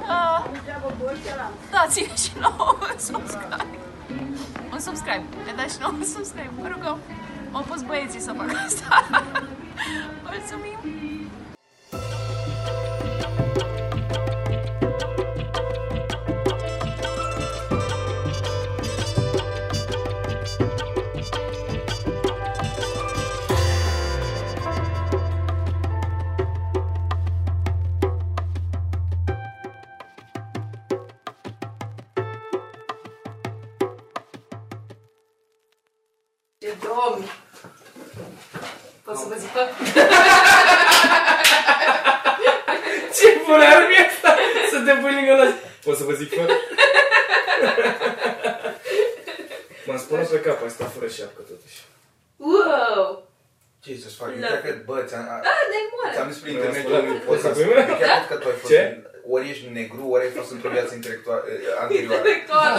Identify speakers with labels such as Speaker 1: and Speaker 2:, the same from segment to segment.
Speaker 1: Dați-ne Ah. Da, și nouă un subscribe. Un subscribe. Ne dați și nouă un subscribe. Vă rugăm. M-au pus băieții să fac asta. Mulțumim.
Speaker 2: Ce domni! Pot să vă zic fac?
Speaker 3: Ce bună ar fi asta? Să te pui lângă ăla. Poți să vă zic fără? M-am spălat pe cap, am stat fără șapcă totuși.
Speaker 2: Wow!
Speaker 4: Jesus, fucking,
Speaker 2: Da.
Speaker 4: chiar cred, bă, ți-am, a-
Speaker 2: Da, de
Speaker 4: ți-am
Speaker 2: moare!
Speaker 4: zis prin
Speaker 3: Mi-am
Speaker 4: intermediul
Speaker 3: spălat
Speaker 4: unui
Speaker 3: pe
Speaker 4: podcast,
Speaker 3: mâna.
Speaker 4: chiar cred că tu ai fost,
Speaker 3: Ce?
Speaker 4: ori ești negru, ori ai fost într-o viață intelectuală, anterioară.
Speaker 2: Intelectuală!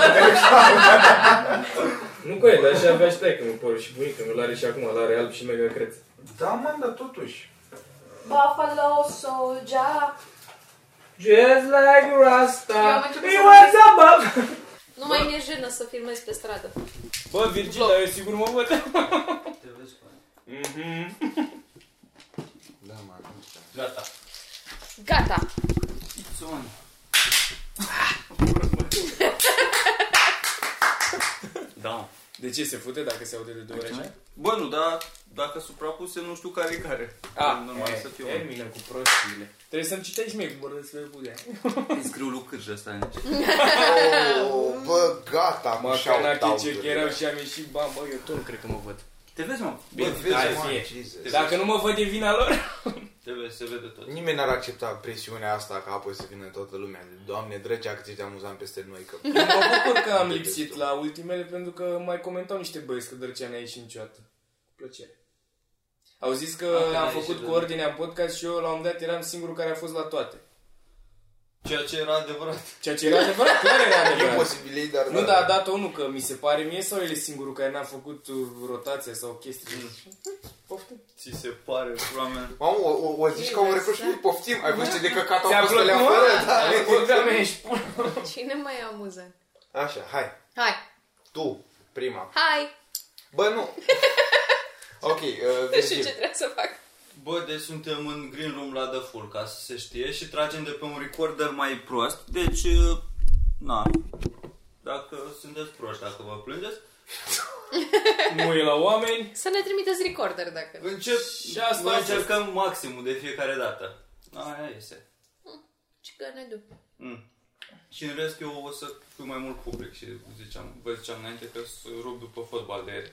Speaker 3: Nu coie, dar așa avea și taică mi părul și bunica, mi l-are și acum, l-are alb și mega creț.
Speaker 4: Da, mă, dar totuși.
Speaker 2: Buffalo Soldier!
Speaker 3: Just like
Speaker 2: Eu am
Speaker 3: Rasta,
Speaker 2: început
Speaker 3: he
Speaker 2: să
Speaker 3: was above.
Speaker 2: Nu mai mi-e jenă să filmez pe stradă.
Speaker 3: Bă, Virgil, eu sigur mă văd.
Speaker 5: Te vezi cu aia.
Speaker 3: Mhm.
Speaker 4: Da, mă, nu știu.
Speaker 5: Gata.
Speaker 2: Gata!
Speaker 5: It's on. Da.
Speaker 3: De ce se fute dacă se aude de două ori așa?
Speaker 5: Bă, nu, dar dacă suprapuse, nu știu care e care. normal
Speaker 3: Ah, e,
Speaker 5: să fiu. om.
Speaker 3: termină cu prostiile. Trebuie să-mi citești mie cum vorbesc pe budea.
Speaker 5: Îi scriu lui Cârj ăsta aici.
Speaker 4: Oh, bă, gata, mă,
Speaker 3: Mă,
Speaker 4: shout-out-uri.
Speaker 3: canache, ce erau și am ieșit, bam, bă, eu tot cred că mă văd.
Speaker 5: Te vezi, mă?
Speaker 4: Bă,
Speaker 3: Bine, hai,
Speaker 4: vezi, mă,
Speaker 3: fie.
Speaker 4: Jesus.
Speaker 3: Dacă nu mă văd, e vina lor.
Speaker 5: Te vezi, se vede tot.
Speaker 4: Nimeni n-ar accepta presiunea asta ca apoi să vină toată lumea. Doamne, drăcea cât ești amuzant peste noi că...
Speaker 3: Mă bucur că am lipsit la ultimele pentru că mai comentau niște băieți că Dărcea n-a ieșit niciodată. Plăcere. Au zis că
Speaker 5: Ah, că n-a
Speaker 3: am
Speaker 5: ieșit,
Speaker 3: făcut cu
Speaker 5: da.
Speaker 3: ordinea podcast și eu la un moment dat eram singurul care a fost la toate.
Speaker 5: Ceea ce era adevărat.
Speaker 3: Ceea ce era adevărat, clar era
Speaker 4: E
Speaker 3: adevărat.
Speaker 4: posibil, ei, dar... da.
Speaker 3: Nu, da, dar a dat unul că mi se pare mie sau el e singurul care n-a făcut uh, rotație sau chestii. Poftim.
Speaker 5: Ți se pare, pula mea.
Speaker 4: Mamă, o, o, o zici ca un
Speaker 2: Bine,
Speaker 4: recurs
Speaker 2: să-
Speaker 4: și poftim. Ai văzut ce de căcat au
Speaker 3: Ți-a
Speaker 4: fost alea
Speaker 3: plăcut?
Speaker 4: fără? Da.
Speaker 3: Programul ești pun.
Speaker 2: Cine mai amuză?
Speaker 4: Așa, hai.
Speaker 2: Hai!
Speaker 4: Tu, prima.
Speaker 2: Hai!
Speaker 4: Bă, nu. Ok, uh,
Speaker 2: Nu știu ce
Speaker 4: Virgil.
Speaker 2: trebuie să fac.
Speaker 5: Bă, deci suntem în green room la The Full, ca să se știe, și tragem de pe un recorder mai prost. Deci, uh, na, dacă sunteți proști, dacă vă plângeți,
Speaker 3: Nu e la oameni.
Speaker 2: Să ne trimiteți recorder dacă...
Speaker 5: încep,
Speaker 3: Și asta
Speaker 5: noi
Speaker 3: a fost.
Speaker 5: încercăm maximul de fiecare dată. Aia este.
Speaker 2: Ce că ne duc.
Speaker 5: Mm. Și în rest eu o să fiu mai mult public și ziceam, vă ziceam înainte că să rup după fotbal de ieri.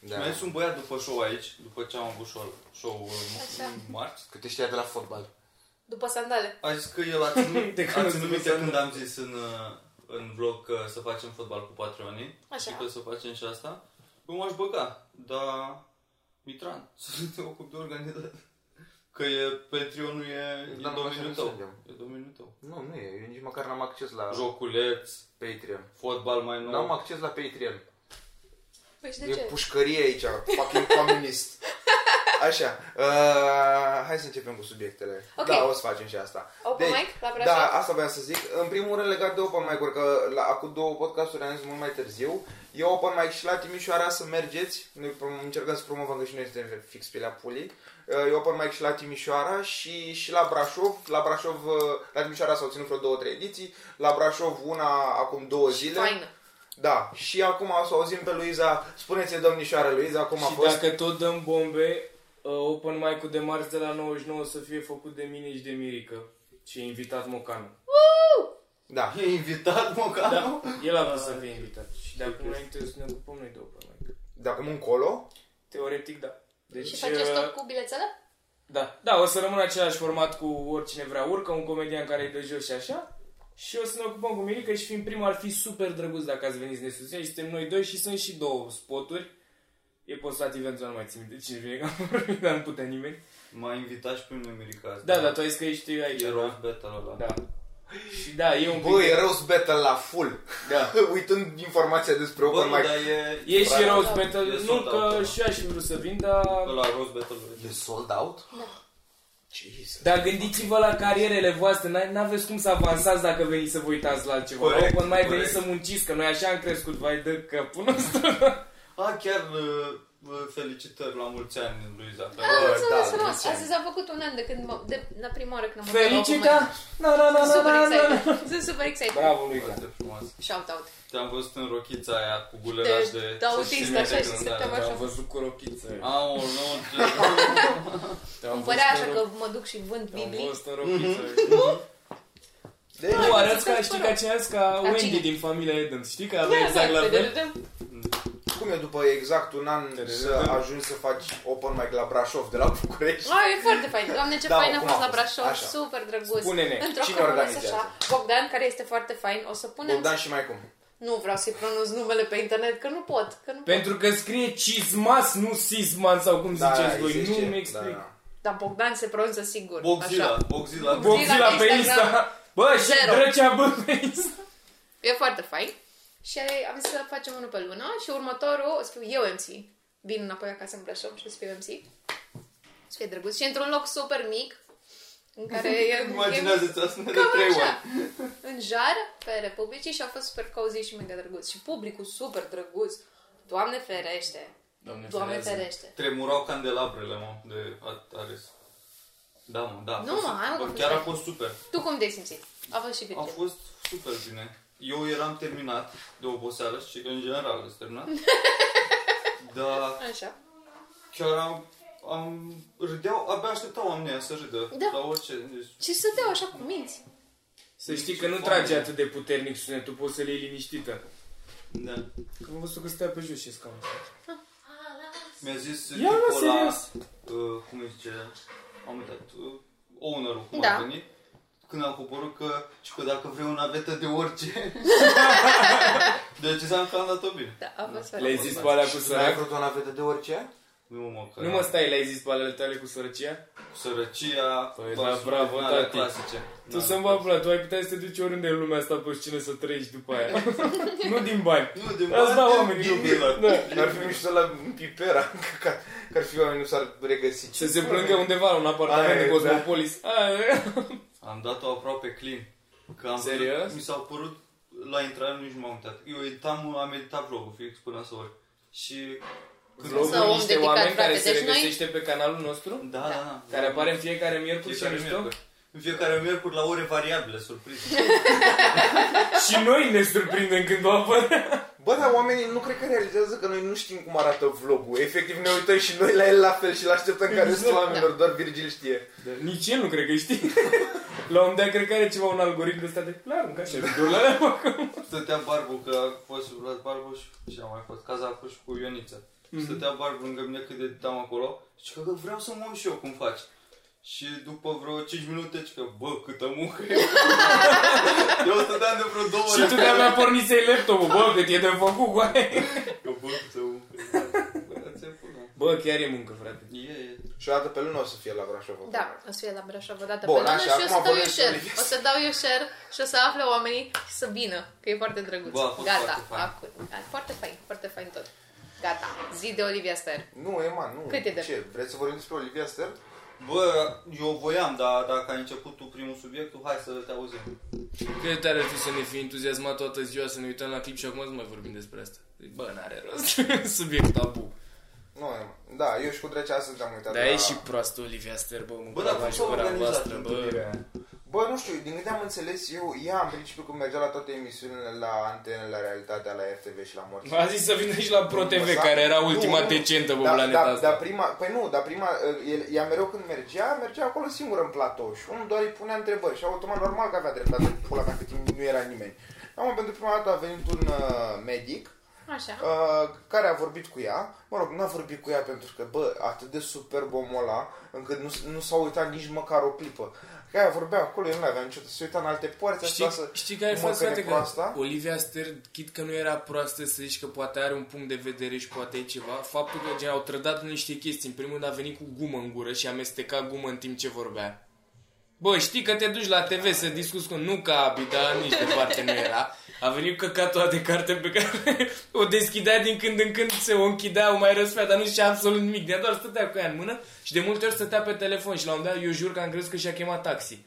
Speaker 5: Da.
Speaker 4: Da.
Speaker 5: Mi-a zis un băiat după show aici, după ce am avut show, show
Speaker 2: Așa.
Speaker 5: în marți,
Speaker 4: Cât te știa de la fotbal.
Speaker 2: După sandale.
Speaker 5: A zis că el a ținut,
Speaker 3: De
Speaker 5: de
Speaker 3: când
Speaker 5: a
Speaker 3: a
Speaker 5: ținut
Speaker 3: spus
Speaker 5: minte
Speaker 3: să-
Speaker 5: când am zis în, uh, în vlog că să facem fotbal cu patronii
Speaker 2: Așa.
Speaker 5: și că să facem și asta. Eu m-aș băga, dar Mitran, să nu te ocupi de organizat. Că e, Patreon-ul e,
Speaker 4: Da,
Speaker 5: e
Speaker 4: mă, așa nu
Speaker 5: domeniul tău.
Speaker 4: înțelegeam.
Speaker 5: E domeniul tău.
Speaker 4: Nu, nu e. Eu nici măcar n-am acces la
Speaker 5: Joculeț,
Speaker 4: Patreon.
Speaker 5: fotbal mai nou.
Speaker 4: N-am acces la Patreon.
Speaker 2: Păi și de
Speaker 4: E
Speaker 2: ce?
Speaker 4: pușcărie aici, fucking comunist. Așa, uh, hai să începem cu subiectele.
Speaker 2: Ok.
Speaker 4: Da, o să facem și asta.
Speaker 2: Open mic? La Brașov?
Speaker 4: da, asta vreau să zic. În primul rând legat de open mic-uri, că la, acum două podcasturi am zis mult mai târziu. E open mic și la Timișoara să mergeți. Noi prom- încercăm să promovăm că și noi suntem fix pe la pulii. Uh, E open mic și la Timișoara și, și la Brașov. La Brașov, uh, la Timișoara s-au ținut vreo două, trei ediții. La Brașov una acum două zile.
Speaker 2: Faină.
Speaker 4: Da, și acum o să auzim pe Luiza, spuneți domnișoară Luiza cum a
Speaker 3: și
Speaker 4: fost.
Speaker 3: dacă tot dăm bombe, uh, open mic de marți de la 99 să fie făcut de mine și de Mirica. Și e invitat Mocanu.
Speaker 4: Da.
Speaker 5: E invitat, mă, ca
Speaker 3: Da, el a vrut să fie invitat. Și de acum înainte să ne ocupăm noi de open mic.
Speaker 4: De acum încolo,
Speaker 3: Teoretic, da. Deci,
Speaker 2: Și faceți
Speaker 3: uh,
Speaker 2: tot cu bilețele?
Speaker 3: da. da, o să rămână același format cu oricine vrea urcă, un comedian care e de jos și așa. Și o să ne ocupăm cu Mirica și fiind primul ar fi super drăguț dacă ați venit să ne susțineți. Suntem noi doi și sunt și două spoturi. E postat eventul, nu mai țin de cine vine, că am vorbit, dar nu putea nimeni.
Speaker 5: M-a invitat și pe mine Mirica azi.
Speaker 3: Da, dar tu ai zis că ești aici.
Speaker 5: E rough battle ăla.
Speaker 3: Da. Și da, e un pic...
Speaker 4: bă, e Rose Battle la full.
Speaker 3: Da.
Speaker 4: Uitând informația despre
Speaker 5: Bă,
Speaker 4: Open
Speaker 5: nu, dar
Speaker 4: Mic.
Speaker 5: e...
Speaker 3: E și
Speaker 4: Bravo.
Speaker 3: Rose Battle,
Speaker 5: E
Speaker 3: nu
Speaker 5: sold out,
Speaker 3: că
Speaker 5: da.
Speaker 3: și eu aș fi vrut să vin, dar...
Speaker 5: Ăla, roast battle
Speaker 4: E sold out? Jesus.
Speaker 3: Dar gândiți-vă la carierele voastre, n- n-aveți cum să avansați dacă veniți să vă uitați la altceva.
Speaker 5: Corect,
Speaker 3: Corect, mai veniți
Speaker 5: corect.
Speaker 3: să munciți, că noi așa am crescut, vai de capul nostru.
Speaker 5: A, chiar uh, vă felicitări la mulți ani, Luiza.
Speaker 3: Ah,
Speaker 5: Pe
Speaker 4: Bă,
Speaker 2: Mulțumesc
Speaker 4: da,
Speaker 2: frumos!
Speaker 4: mulți ani.
Speaker 2: Astăzi a făcut un an de când mă... De, la prima oară când am mutat la
Speaker 3: Felicita! da? Na, na, na,
Speaker 2: Super
Speaker 3: na, na, na.
Speaker 2: excited! Sunt super excited!
Speaker 3: Bravo, Luiza.
Speaker 5: Foarte frumos.
Speaker 2: Shout out!
Speaker 5: Te-am văzut în rochița aia cu guleraș
Speaker 2: De-
Speaker 5: de...
Speaker 2: de autist,
Speaker 5: susținere
Speaker 2: Deci, așa, și
Speaker 5: când
Speaker 2: stăteam
Speaker 5: are.
Speaker 2: așa.
Speaker 3: Te-am văzut cu rochiță.
Speaker 5: Au, nu, ce...
Speaker 3: Te-am
Speaker 2: Îmi
Speaker 3: văzut
Speaker 2: părea
Speaker 3: în
Speaker 2: așa
Speaker 3: ro-
Speaker 2: că mă duc și vând
Speaker 3: Te-am
Speaker 2: Biblii.
Speaker 3: văzut în rochiță.
Speaker 4: Deci,
Speaker 3: Nu, arăți ca,
Speaker 2: Să-ți
Speaker 3: știi
Speaker 2: spun
Speaker 3: ca
Speaker 2: eu.
Speaker 3: cine arăți ca Wendy
Speaker 2: cine?
Speaker 3: din familia Adams. Știi că
Speaker 2: Da,
Speaker 3: avea exact la fel?
Speaker 4: cum e după exact un an să ajungi să faci open mic la Brașov de la București?
Speaker 2: Ai, e foarte fain. Doamne, ce
Speaker 4: Da,
Speaker 2: fain a
Speaker 4: cum
Speaker 2: fost
Speaker 4: a
Speaker 2: la
Speaker 4: fost?
Speaker 2: Brașov.
Speaker 4: Așa.
Speaker 2: Super drăguț.
Speaker 3: Spune-ne,
Speaker 2: Într-o
Speaker 4: cine
Speaker 2: comună,
Speaker 4: organizează?
Speaker 2: așa, Bogdan, care este foarte fain, o să punem...
Speaker 4: Bogdan și mai cum.
Speaker 2: Nu vreau să-i pronunț numele pe internet, că nu pot. Că nu pot.
Speaker 3: Pentru că scrie cismas, nu sisman sau cum ziceți voi.
Speaker 4: îi zice,
Speaker 3: Nu mi
Speaker 4: da,
Speaker 3: explic.
Speaker 4: da.
Speaker 2: Dar Bogdan se pronunță sigur.
Speaker 5: Boxila,
Speaker 2: Așa.
Speaker 5: Boxila.
Speaker 2: Bo-
Speaker 3: Boxila pe
Speaker 2: Instagram.
Speaker 3: Insta. Bă, și
Speaker 2: Zero.
Speaker 3: drăcea bă pe Insta.
Speaker 2: E foarte fain. Și am zis să facem unul pe lună și următorul o să fiu eu MC. Vin înapoi acasă în Brașov și o să fiu MC. O să fie drăguț. Și într-un loc super mic, în care e...
Speaker 5: Imaginează-ți asta de
Speaker 2: Cam
Speaker 5: trei ori.
Speaker 2: așa. În jar, pe Republicii și a fost super cozy și mega drăguț. Și publicul super drăguț. Doamne ferește! Doamne ferește!
Speaker 5: Tremurau candelabrele, mă, de a- Ares. Da, mă, da. a
Speaker 2: Nu,
Speaker 5: fost-
Speaker 2: mă, hai, mă,
Speaker 5: bă,
Speaker 2: că
Speaker 5: Chiar a
Speaker 2: fost-
Speaker 5: fost super.
Speaker 2: Tu cum te-ai simțit? A fost și
Speaker 5: A
Speaker 2: Virgil.
Speaker 5: fost super bine. Eu eram terminat de oboseală și în general sunt terminat. Dar
Speaker 2: Așa.
Speaker 5: chiar am, am râdeau, abia așteptau oamenii aia să râdă
Speaker 2: Da.
Speaker 5: la orice. Deci,
Speaker 2: Și stăteau așa cu minți.
Speaker 3: Să știi că nu trage atât de puternic sunetul, poți să le iei liniștită.
Speaker 5: da.
Speaker 3: Că am văzut că stai pe jos și scaun.
Speaker 5: Mi-a zis
Speaker 3: Ia, mă,
Speaker 5: tipul ăla,
Speaker 3: serios?
Speaker 5: uh, cum îi zice, am uitat, uh, ownerul, cum
Speaker 2: Da.
Speaker 5: a venit, când am coborât că, și că dacă vrei o navetă de orice, deci am cam dat-o bine.
Speaker 2: Da, a fost
Speaker 3: Le-ai
Speaker 2: foarte
Speaker 3: zis
Speaker 2: frumos.
Speaker 3: pe alea cu
Speaker 4: Tu n-ai
Speaker 3: sărac?
Speaker 4: vrut o navetă de orice?
Speaker 5: Nu mă, mă, că
Speaker 3: Nu mă stai, le-ai zis pe alea tale cu sărăcia?
Speaker 5: cu sărăcia,
Speaker 3: Păi,
Speaker 5: toate
Speaker 3: da, bravo,
Speaker 5: din alea
Speaker 3: tati.
Speaker 5: clasice.
Speaker 3: Tu să-mi va pula, tu ai putea să te duci oriunde în lumea asta pe scenă să trăiești după aia. nu din bani.
Speaker 5: Nu, din
Speaker 3: Îți dau
Speaker 5: parte,
Speaker 3: oamenii
Speaker 5: din milă.
Speaker 3: Da.
Speaker 4: Ar fi mișto la pipera, că, că ar fi oameni nu s-ar regăsi.
Speaker 3: Să se plângă undeva la un apartament
Speaker 4: Aia
Speaker 3: de
Speaker 4: e,
Speaker 3: Cosmopolis. exact. Aia e.
Speaker 5: Am dat-o aproape clean. Că am
Speaker 3: Serios?
Speaker 5: Părut, mi s-au părut la intrare nici nu m-am uitat. Eu uitam, am editat vlogul fix până să ori. Și... Când
Speaker 3: Vlogul
Speaker 2: Sau om
Speaker 3: niște
Speaker 2: dedicat,
Speaker 3: oameni
Speaker 2: frate,
Speaker 3: care se
Speaker 2: deci noi-
Speaker 3: regăsește pe canalul nostru,
Speaker 5: Da, da, da.
Speaker 3: care apare în fiecare miercuri și
Speaker 5: fiecare
Speaker 3: mișto.
Speaker 5: miercuri. În fiecare miercuri la ore variabile, surpriză.
Speaker 3: Și noi ne surprindem când o apare.
Speaker 4: Bă, dar oamenii nu cred că realizează că noi nu știm cum arată vlogul. Efectiv ne uităm și noi la el la fel și îl așteptăm ca restul
Speaker 2: Exact.
Speaker 4: oamenilor, doar Virgil știe.
Speaker 3: Nici el nu cred că știe. La un dea cred că are ceva un algoritm ăsta de la arunc așa, videoul ăla acolo.
Speaker 5: Stătea Barbu, că a fost și Vlad Barbu și, și am mai fost Cazacul și cu Ioniță.
Speaker 3: Mhm.
Speaker 5: Mm-hmm. Stătea Barbu lângă mine cât editam acolo și că, că vreau să mă uit și eu cum faci. Și după vreo 5 minute, și că, bă, câtă muncă e. eu stăteam de vreo 2
Speaker 3: Și tu de-abia mi-a pornit să-i laptopul, bă, cât e de făcut cu aia.
Speaker 5: Că bă, câtă muncă e. Bă, ți-e pula.
Speaker 3: Bă, chiar e muncă, frate.
Speaker 5: E, e.
Speaker 4: Și o dată pe lună o să fie la Brașov.
Speaker 2: Da, o să fie la Brașov o dată
Speaker 4: Bun,
Speaker 2: pe lună
Speaker 4: așa,
Speaker 2: și o să
Speaker 4: acum
Speaker 2: dau eu
Speaker 4: vorbim
Speaker 2: share.
Speaker 4: despre
Speaker 2: O să dau eu share și o să afle oamenii și să vină, că e foarte drăguț.
Speaker 5: Bă, a fost
Speaker 2: Gata,
Speaker 5: foarte fain.
Speaker 2: acum. Da, Foarte fain, foarte fain tot. Gata, zi de Olivia Ster.
Speaker 4: Nu, Eman, nu.
Speaker 2: Cât e de-
Speaker 4: Ce? Vreți să vorbim despre Olivia Stern?
Speaker 5: Bă, eu voiam, dar dacă ai început tu primul subiect, tu hai să te auzim.
Speaker 3: Cât de tare ar fi să ne fi entuziasmat toată ziua, să ne uităm la clip și acum nu mai vorbim despre asta. Zic, Bă, n-are rost. Subiect tabu.
Speaker 4: Nu, Eman. Da, eu și cu Drecea astăzi am uitat
Speaker 3: Dar
Speaker 4: la...
Speaker 3: Da, e și proastă Olivia Ster, bă, mă
Speaker 5: Bă, dar
Speaker 3: brava
Speaker 5: cum
Speaker 3: și
Speaker 5: s-a
Speaker 3: gura
Speaker 5: organizat
Speaker 3: voastră, bă.
Speaker 5: întâlnirea aia?
Speaker 4: Bă, nu știu, din câte am înțeles eu, ea în principiu când mergea la toate emisiunile, la antene, la realitatea, la RTV și la morți.
Speaker 3: M-a zis să vină și la Pro TV,
Speaker 4: Mă,
Speaker 3: care era
Speaker 4: da? nu,
Speaker 3: ultima
Speaker 4: nu.
Speaker 3: decentă pe
Speaker 4: Da,
Speaker 3: planeta
Speaker 4: da, da,
Speaker 3: asta.
Speaker 4: prima, păi nu, dar prima, el, ea mereu când mergea, mergea acolo singură în platou și unul doar îi punea întrebări și automat normal că avea dreptate, pula mea, cât nu era nimeni. Am pentru prima dată a venit un uh, medic
Speaker 2: Așa.
Speaker 4: Uh, care a vorbit cu ea. Mă rog, n-a vorbit cu ea pentru că, bă, atât de superb omul ăla, încât nu, nu s-a uitat nici măcar o clipă. Că aia vorbea acolo, el nu avea niciodată. Se uita în alte părți,
Speaker 3: Știi,
Speaker 4: așa să...
Speaker 3: știi care e
Speaker 4: mă,
Speaker 3: fost,
Speaker 4: că
Speaker 3: frate,
Speaker 4: ne
Speaker 3: că
Speaker 4: proasta?
Speaker 3: Olivia Ster, chit că nu era proastă să zici că poate are un punct de vedere și poate e ceva, faptul că gen, au trădat niște chestii. În primul rând a venit cu gumă în gură și a amestecat gumă în timp ce vorbea. Bă, știi că te duci la TV să discuți cu... Nu ca Abi, dar nici departe nu era. A venit căcatul de carte pe care o deschidea din când în când, se o închidea, o mai răsfea, dar nu știa absolut nimic. De doar stătea cu ea în mână și de multe ori stătea pe telefon și la un moment dat eu jur că am crezut că și-a chemat taxi.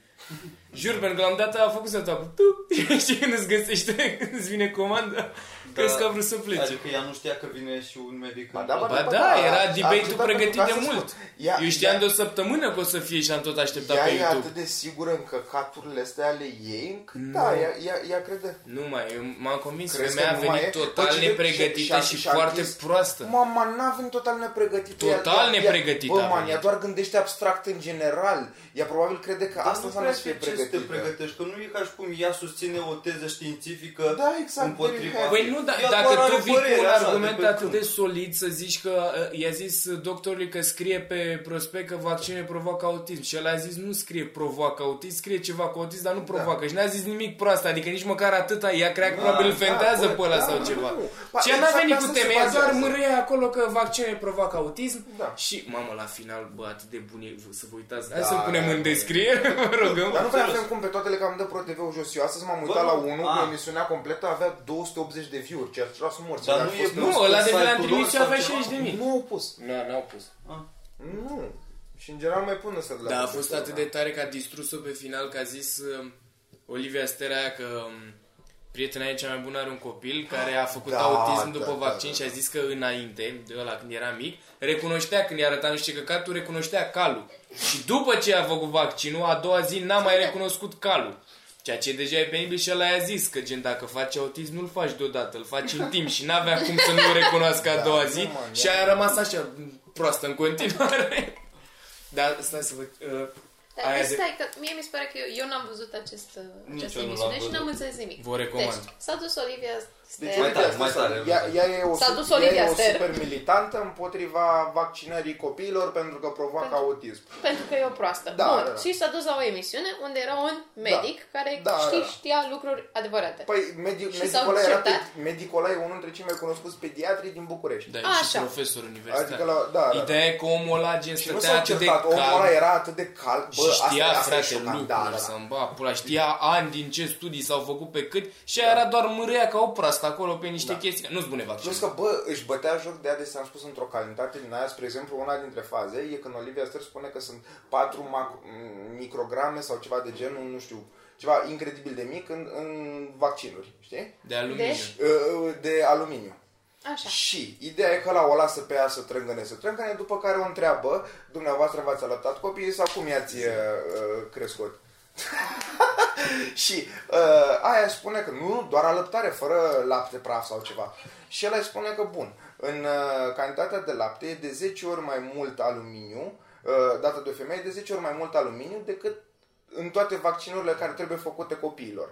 Speaker 3: Jur, pentru că la un moment dat a făcut să tu și când îți găsește, când îți vine
Speaker 4: Da.
Speaker 3: comanda, crezi că a vrut să plece.
Speaker 5: Adică ea nu știa că vine și un medic.
Speaker 4: Ba da, ba
Speaker 3: Ba
Speaker 4: Bă,
Speaker 3: da,
Speaker 4: da, a-
Speaker 3: era
Speaker 4: a
Speaker 3: debate-ul
Speaker 4: acceptat
Speaker 3: pregătit
Speaker 4: pentru
Speaker 3: de
Speaker 4: că asta
Speaker 3: mult.
Speaker 4: spun. Ia-
Speaker 3: Eu știam
Speaker 4: ia-
Speaker 3: de o săptămână că o să fie și am tot așteptat
Speaker 4: Ea
Speaker 3: pe
Speaker 4: e
Speaker 3: YouTube.
Speaker 4: atât de sigură în căcaturile astea ale ei, încât da, ea, ea, ea crede.
Speaker 3: Nu mai, eu m-am convins
Speaker 4: Crezi
Speaker 3: femeia
Speaker 4: că
Speaker 3: a
Speaker 4: nu mai
Speaker 3: venit
Speaker 4: e?
Speaker 3: total
Speaker 4: Bă, ce de-
Speaker 3: nepregătită
Speaker 4: și-a-
Speaker 3: și,
Speaker 4: și-a
Speaker 3: foarte
Speaker 4: închis-
Speaker 3: proastă.
Speaker 4: Mama, n-a venit total nepregătită. Ea-
Speaker 3: Da. Total
Speaker 4: ea- ea-
Speaker 3: nepregătită
Speaker 4: Bă,
Speaker 3: a
Speaker 4: man,
Speaker 3: venit.
Speaker 4: ea doar gândește abstract în general. Ea probabil crede că
Speaker 5: Dar
Speaker 4: asta
Speaker 5: nu
Speaker 4: înseamnă
Speaker 5: prea
Speaker 4: să fie
Speaker 5: știi ce să te
Speaker 4: pregătită.
Speaker 5: pregătești, că nu e ca și cum ea susține o teză științifică
Speaker 4: Da, exact,
Speaker 5: împotriva.
Speaker 4: Berica.
Speaker 3: Păi nu, da,
Speaker 5: Ea doar
Speaker 3: dacă
Speaker 5: are adică
Speaker 3: tu vii cu un
Speaker 5: părerea asta
Speaker 3: argument
Speaker 4: păi
Speaker 5: de pe
Speaker 3: atât
Speaker 5: câmp.
Speaker 3: de solid să zici că uh, i-a zis uh, doctorului că scrie pe prospect că vaccinul provoacă autism și el a zis nu scrie provoacă autism, scrie ceva cu autism, dar nu provoacă și n-a zis nimic proastă, adică nici măcar atâta, ea crea că
Speaker 5: Da,
Speaker 3: probabil îl
Speaker 4: Da. da,
Speaker 3: fentează
Speaker 4: bă,
Speaker 3: pe ăla
Speaker 4: da,
Speaker 3: sau
Speaker 4: nu.
Speaker 3: ceva.
Speaker 4: Pa,
Speaker 3: Și ea n-a
Speaker 4: exact
Speaker 3: venit
Speaker 4: pe
Speaker 3: cu
Speaker 4: asta se
Speaker 3: temeia, doar
Speaker 4: bazează.
Speaker 3: mărâie acolo că vaccinul provoacă autism
Speaker 4: Da.
Speaker 3: și mamă la final, bă, atât de bun e, să vă uitați, hai să-l
Speaker 4: Da,
Speaker 3: punem
Speaker 4: da,
Speaker 3: în
Speaker 4: da.
Speaker 3: descriere, vă rugăm.
Speaker 4: Dar nu prea avem cum pe toate le cam dă Pro TV-ul jos. Eu astăzi m-am uitat
Speaker 5: Bă,
Speaker 4: la
Speaker 5: nu. Ah.
Speaker 4: unul,
Speaker 5: A.
Speaker 4: cu emisiunea completă avea 280 de view-uri, ceea ce era să morți.
Speaker 5: Dar
Speaker 4: Dacă
Speaker 5: nu
Speaker 4: a
Speaker 5: e
Speaker 4: fost-
Speaker 5: pus
Speaker 3: Nu,
Speaker 5: pe
Speaker 3: ăla de la
Speaker 5: site-ul
Speaker 3: trimis
Speaker 5: lor
Speaker 3: și
Speaker 5: sau
Speaker 3: avea
Speaker 5: ceva?
Speaker 3: 60 de mii.
Speaker 4: Nu au pus.
Speaker 3: Nu, n-au pus.
Speaker 4: Nu. Și în general mai pun asta de la
Speaker 3: Da, a
Speaker 4: Pro
Speaker 3: fost
Speaker 4: TV,
Speaker 3: atât
Speaker 4: da.
Speaker 3: de tare că a distrus-o pe final, că a zis uh, Olivia Stera aia că um, prietena ei cea mai bună are un copil care a făcut
Speaker 4: Da,
Speaker 3: autism
Speaker 4: da,
Speaker 3: după
Speaker 4: da,
Speaker 3: vaccin
Speaker 4: da.
Speaker 3: și a zis că înainte, de ăla când era mic, recunoștea când i-a arătat nu știu ce căcatul, recunoștea calul. Și după ce a făcut vaccinul, a doua zi n-a mai recunoscut calul. Ceea ce deja e penibil și ăla i-a zis că gen dacă faci autism nu-l faci deodată, îl faci în timp și n-avea cum să nu-l recunoască a
Speaker 4: Da,
Speaker 3: doua
Speaker 4: nu,
Speaker 3: zi
Speaker 4: mă,
Speaker 3: și
Speaker 4: da.
Speaker 3: a rămas așa proastă în continuare. Dar stai să văd... Uh,
Speaker 2: Dar deci
Speaker 3: Aia de-
Speaker 2: stai că mie mi se pare că eu, eu n-am văzut acest, uh,
Speaker 5: Nici
Speaker 2: această
Speaker 5: eu nu l-am
Speaker 2: emisiune și
Speaker 5: văzut.
Speaker 2: n-am înțeles nimic.
Speaker 3: Vă recomand.
Speaker 2: Deci, s-a dus Olivia
Speaker 4: Deci
Speaker 5: Mai
Speaker 2: Stern.
Speaker 5: tare,
Speaker 4: Olivia
Speaker 5: mai
Speaker 4: Stern,
Speaker 5: tare,
Speaker 4: ea, ea e o,
Speaker 2: S-a
Speaker 4: sup-
Speaker 2: dus
Speaker 4: ea
Speaker 2: Olivia
Speaker 4: e o
Speaker 2: Stern.
Speaker 4: super militantă împotriva vaccinării copiilor pentru că provoacă
Speaker 2: Pentru-
Speaker 4: autism.
Speaker 2: Pentru că e o proastă.
Speaker 4: Da,
Speaker 2: Bun.
Speaker 4: da, da.
Speaker 2: Și s-a dus la o emisiune unde era un medic care
Speaker 4: Da,
Speaker 2: știi,
Speaker 4: da.
Speaker 2: știa lucruri adevărate.
Speaker 4: Păi medi-
Speaker 2: Și s-au
Speaker 4: medicul ăla era pe,
Speaker 2: certat?
Speaker 4: medicul ăla e unul dintre cei mai cunoscuți pediatri din București.
Speaker 3: Da, e și
Speaker 2: Așa.
Speaker 3: profesor universitar.
Speaker 4: Adică la, da, da, da.
Speaker 3: Ideea e că omul ăla gen
Speaker 4: Și nu
Speaker 3: stătea
Speaker 4: s-a
Speaker 3: atât de
Speaker 4: certat, omul ăla
Speaker 3: calm
Speaker 4: era atât de calm. Bă,
Speaker 3: și știa,
Speaker 4: asta, asta e
Speaker 3: frate,
Speaker 4: șocant,
Speaker 3: lucruri,
Speaker 4: da, da, da.
Speaker 3: să-mi ba, pula, știa ani din ce studii s-au făcut pe cât și ea era doar mârea ca o proastă acolo pe niște
Speaker 4: Da.
Speaker 3: chestii. Nu-ți spune vaccin.
Speaker 4: Plus că, bă, își bătea joc de ea de s-am spus într-o calitate din aia, spre exemplu, una dintre faze e când Olivia Stern spune că sunt 4 mac- m, micrograme sau ceva de genul, nu știu, ceva incredibil de mic în, în vaccinuri, știi?
Speaker 3: De aluminiu.
Speaker 2: Deci-
Speaker 4: Uh, De aluminiu.
Speaker 2: Așa.
Speaker 4: Și ideea e că la o lasă pe ea să trângăne, să trângăne, după care o întreabă, dumneavoastră v-ați alătat copiii sau cum i-ați uh, crescut? și uh, aia spune că nu, nu, doar alăptare, fără lapte praf sau ceva. Și el îi spune că bun, în uh, cantitatea de lapte e de 10 ori mai mult aluminiu, uh, dată de o femeie, e de 10 ori mai mult aluminiu decât în toate vaccinurile care trebuie făcute copiilor.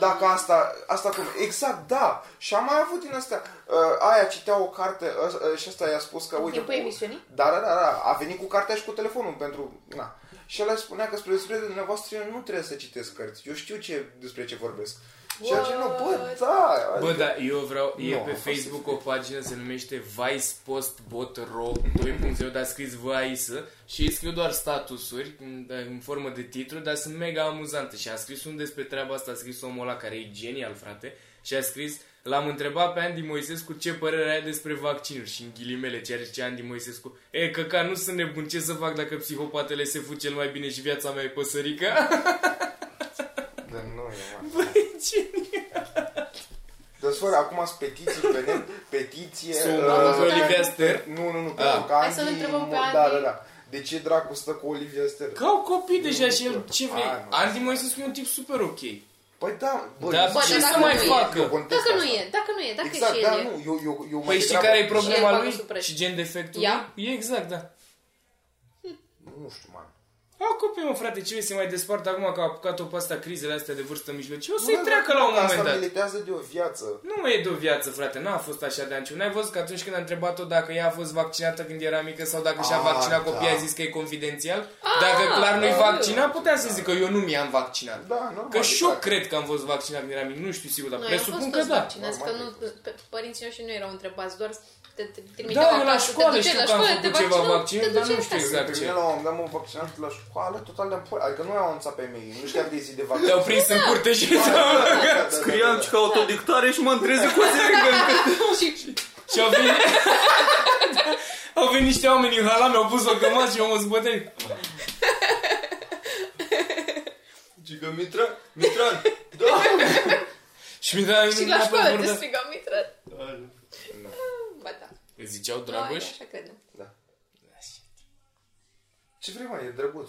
Speaker 4: Dacă asta, asta cum, exact, da. Și am mai avut din astea, uh, aia citea o carte uh, uh, și asta i-a spus că,
Speaker 2: În
Speaker 4: uite,
Speaker 2: timpul
Speaker 4: cu-
Speaker 2: emisiunii?
Speaker 4: da, da, da, da, a venit cu cartea și cu telefonul pentru, na. Și el spunea că spre despre dumneavoastră eu nu trebuie să citesc cărți, eu știu ce, despre ce vorbesc. Și el zice, nu, bă,
Speaker 2: What?
Speaker 4: da.
Speaker 3: Bă, da, eu vreau, e
Speaker 4: Nu,
Speaker 3: pe
Speaker 4: a fost
Speaker 3: Facebook o pagină se numește Vice Post Bot Ro 2.0, dar scris Vice și ei scriu doar statusuri în, în formă de titlu, dar sunt mega amuzante și a scris un despre treaba asta, a scris omul ăla care e genial, frate, și a scris L-am întrebat pe Andy Moisescu ce părere are despre vaccinuri și în ghilimele ceea ce Andy Moisescu E, că ca nu sunt nebun, ce să fac dacă psihopatele se fug cel mai bine și viața mea e păsărică?
Speaker 4: Da, nu, e, mă.
Speaker 3: Bă, e genial.
Speaker 4: Dar, soră, acum sunt petiții pe net, petiție...
Speaker 3: Sunt
Speaker 4: uh,
Speaker 3: mă rog,
Speaker 2: da.
Speaker 3: Olivia Ster
Speaker 4: Nu, nu, nu,
Speaker 3: Ah.
Speaker 4: pentru că
Speaker 2: Hai să-l
Speaker 4: Andy-
Speaker 2: întrebăm pe
Speaker 4: Da,
Speaker 2: Andy.
Speaker 4: da, da. De ce dracu stă cu Olivia Stern?
Speaker 3: Că au copii deja și el, ce vrei?
Speaker 4: Hai, mă.
Speaker 3: Andy Moisescu e un tip super ok.
Speaker 4: Păi da, bă,
Speaker 3: Dar
Speaker 4: eu-
Speaker 2: Bă,
Speaker 3: ce
Speaker 2: dar
Speaker 3: să
Speaker 2: dacă
Speaker 3: mai
Speaker 2: nu e.
Speaker 4: eu
Speaker 3: facă?
Speaker 4: contest
Speaker 2: Dacă nu
Speaker 4: asta.
Speaker 2: e, dacă nu e, dacă
Speaker 4: exact,
Speaker 2: e și el
Speaker 4: da,
Speaker 2: e.
Speaker 4: nu, eu, eu, eu mă
Speaker 3: Păi știi
Speaker 4: întreabă-
Speaker 3: care e
Speaker 2: Și el
Speaker 3: problema
Speaker 2: bagă
Speaker 3: lui?
Speaker 2: sub preț.
Speaker 3: Și gen defectul
Speaker 2: Ea?
Speaker 3: lui? E exact, da.
Speaker 4: Nu știu, man.
Speaker 3: Au copii, mă, frate, ce se mai despart acum că a apucat-o pe asta crizele astea de vârstă mijlocie? O
Speaker 4: Nu,
Speaker 3: să-i
Speaker 4: nu,
Speaker 3: treacă
Speaker 4: nu,
Speaker 3: la un
Speaker 4: că
Speaker 3: moment
Speaker 4: Asta
Speaker 3: dat.
Speaker 4: militează de o viață.
Speaker 3: Nu mai e de o viață, frate, n-a fost așa de anciu. N-ai văzut că atunci când a întrebat-o dacă ea a fost vaccinată când era mică sau dacă și-a
Speaker 4: Ah,
Speaker 3: vaccinat
Speaker 4: da. Ah,
Speaker 3: copiii, a zis că e confidențial? Dacă clar nu-i
Speaker 2: da,
Speaker 3: vaccinat, putea să zică eu nu mi-am vaccinat.
Speaker 4: Da, normal.
Speaker 3: Că și eu
Speaker 4: exact.
Speaker 3: cred că am fost vaccinat când eram mic, nu știu sigur, dar
Speaker 2: Noi am fost
Speaker 3: presupun că
Speaker 2: toți
Speaker 3: da.
Speaker 2: vaccinați, că
Speaker 4: Normal
Speaker 2: nu,
Speaker 4: că ai
Speaker 2: pe- părinții noștri nu erau întrebați, doar te, te trimite
Speaker 3: Da, eu la
Speaker 2: acasă,
Speaker 3: școală
Speaker 2: te duceai la
Speaker 3: știu că am
Speaker 2: școală, te
Speaker 3: făcut ceva
Speaker 2: vaccinau,
Speaker 3: vaccin,
Speaker 2: te
Speaker 3: dar nu
Speaker 2: duceai
Speaker 3: știu
Speaker 2: acasă.
Speaker 3: exact
Speaker 4: Pe
Speaker 3: ce.
Speaker 4: mine la un moment dat m-au vaccinat la școală, total de-am pula. Adică nu i-au anunțat pe mei, nu știam de zi de vaccin.
Speaker 3: Te-au prins în curte și
Speaker 4: Da, da,
Speaker 3: s-au...
Speaker 4: da, da, da,
Speaker 5: Scriam
Speaker 4: da.
Speaker 5: și ca autodictare și mă întrezesc cu o zi
Speaker 2: Și
Speaker 3: Și au venit... Au venit niște oameni în halame, au pus o cămașă și omul zbătei.
Speaker 5: Și că Mitra, Mitran, da!
Speaker 3: Și mi dau
Speaker 2: și la școală te strigam mitrat. Ba da.
Speaker 3: Îți ziceau
Speaker 2: Dragoș?
Speaker 3: Dragoș?
Speaker 2: Așa credem.
Speaker 4: Ce vrei, mă, e drăguț.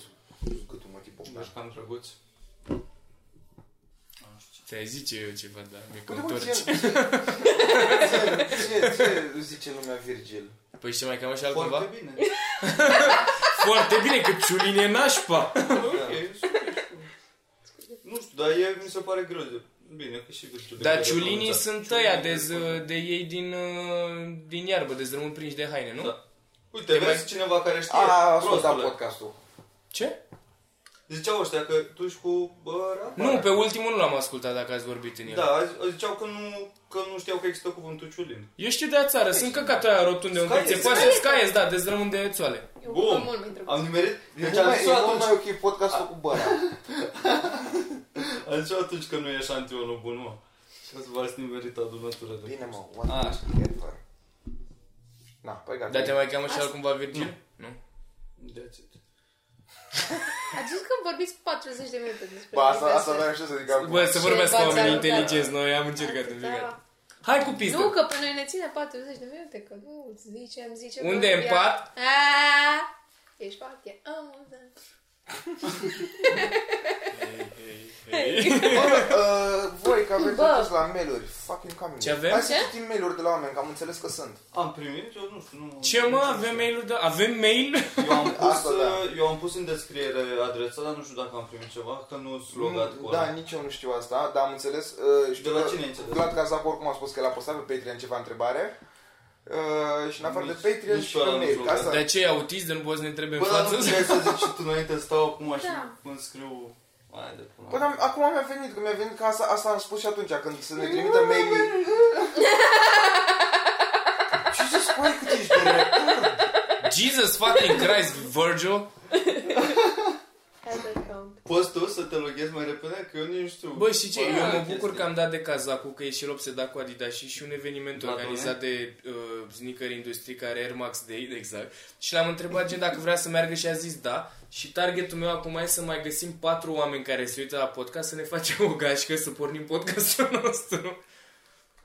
Speaker 4: Cât un motiv popular.
Speaker 5: Ești cam drăguț.
Speaker 3: Te-ai zice eu ceva, da, dar mi
Speaker 4: Uite, mă,
Speaker 3: contorci.
Speaker 4: Păi, ce- ce- ce- ce zice lumea Virgil?
Speaker 3: Păi și mai cam așa altcumva?
Speaker 5: Foarte bine.
Speaker 3: Foarte bine, că ciulin e nașpa.
Speaker 4: Da.
Speaker 5: Ok, super. Nu știu, dar e, mi se pare greu de... Bine, că și Virgil. de
Speaker 3: Dar
Speaker 5: greu de
Speaker 3: ciulinii
Speaker 5: pronunțat.
Speaker 3: Da, sunt tăia de,
Speaker 5: da. Ciulinii-
Speaker 3: z- de ei din, uh, din iarbă, de zrâmul prinși de haine, nu?
Speaker 5: Da. Uite,
Speaker 3: mai-
Speaker 5: vezi cineva care știe.
Speaker 4: A, asculta
Speaker 5: prostule.
Speaker 4: podcastul.
Speaker 3: Ce?
Speaker 5: Ziceau ăștia că tu ești cu băra?
Speaker 3: Nu, pe ultimul nu l-am ascultat dacă ați vorbit în el.
Speaker 5: Da, ziceau că nu, că nu știau că există cuvântul ciulin.
Speaker 3: Eu știu de a țară, sunt căcatul aia rotunde, unde
Speaker 5: Scaiez.
Speaker 3: ți pasă scaiez, da, de zrâmul de țoale.
Speaker 2: Eu
Speaker 5: Bun.
Speaker 2: Bun. mult mai drăguț.
Speaker 5: Am nimerit, deci
Speaker 4: e
Speaker 5: am
Speaker 4: mult
Speaker 5: zis
Speaker 4: mai, e mult
Speaker 5: atunci,
Speaker 4: mai ok podcastul cu băra.
Speaker 5: am zis atunci că nu e șantionul bun, mă. Și o să v-ați nimerit adunătură de...
Speaker 4: Bine, mă, one
Speaker 3: A.
Speaker 4: punch forever. Na, păi gata.
Speaker 3: Ah. Dar te mai cheamă și altcumva Virgil? Nu.
Speaker 5: That's it.
Speaker 2: A zis că vorbiți 40 de minute despre
Speaker 4: Ba, asta,
Speaker 2: diverse.
Speaker 4: asta vreau și eu să zic acum.
Speaker 3: Bă, să
Speaker 2: Ce
Speaker 3: vorbească
Speaker 2: v-ați
Speaker 3: oamenii
Speaker 2: aruncat?
Speaker 3: inteligenți, noi am încercat, am încercat.
Speaker 2: Da.
Speaker 3: Hai cu
Speaker 2: Nu,
Speaker 3: pizdă.
Speaker 2: că pe noi ne ține 40 de minute, că nu, zice, am zice...
Speaker 3: Unde
Speaker 2: că
Speaker 3: e în
Speaker 2: ia-
Speaker 3: pat?
Speaker 2: Aaa, Ești pat, e amuzant.
Speaker 4: Bă, uh, voi că aveți
Speaker 2: Bă.
Speaker 4: acces la mail-uri, fucking coming.
Speaker 3: Ce avem?
Speaker 4: Hai să
Speaker 2: Ce?
Speaker 4: citim mail-uri de la oameni, că am înțeles că sunt.
Speaker 5: Am primit, eu nu știu, nu...
Speaker 3: Ce mă, avem mail-ul de... Avem mail?
Speaker 5: Eu am pus,
Speaker 4: Asta da.
Speaker 5: eu am pus în descriere adresa, dar nu știu dacă am primit ceva, că nu sunt logat cu
Speaker 4: da,
Speaker 5: ăla.
Speaker 4: nici eu nu știu asta, dar am înțeles. Uh, știu
Speaker 5: De la
Speaker 4: că
Speaker 5: cine ai înțeles?
Speaker 4: Vlad Cazac oricum a spus că l-a postat pe Patreon ceva întrebare. Uh, și în afară de
Speaker 5: Nici-
Speaker 4: Patreon
Speaker 5: nici
Speaker 4: și
Speaker 5: pe
Speaker 4: pe
Speaker 5: ăla nu
Speaker 4: mail.
Speaker 5: știu,
Speaker 4: Că Asta,
Speaker 3: De ce e autist, de nu poți să ne întrebe în
Speaker 5: Bă, dar nu
Speaker 3: față?
Speaker 5: puteai să zici și tu înainte, stau acum și
Speaker 2: Da.
Speaker 5: îmi scriu... Hai de până.
Speaker 4: Bă, Păi, dar acum mi-a venit, că mi-a venit că asta, asta am spus și atunci, când să ne trimită mail Ce să spui cât ești de rău?
Speaker 3: Jesus fucking Christ, Virgil.
Speaker 2: Head account.
Speaker 5: Poți tu să te loghezi mai repede? Că eu nici nu știu.
Speaker 3: Bă, și ce?
Speaker 5: Bă,
Speaker 3: Eu mă
Speaker 5: chestii.
Speaker 3: bucur că am dat de cazacul, că e și el obsedat cu Adidas adică și, și un eveniment
Speaker 5: La
Speaker 3: organizat de uh, Sneaker Industry, care Air Max Day, exact. Și l-am întrebat gen dacă vrea să meargă și a zis da. Și targetul meu acum e să mai găsim patru oameni care se uită la podcast, să ne facem o gașcă, să pornim podcastul nostru.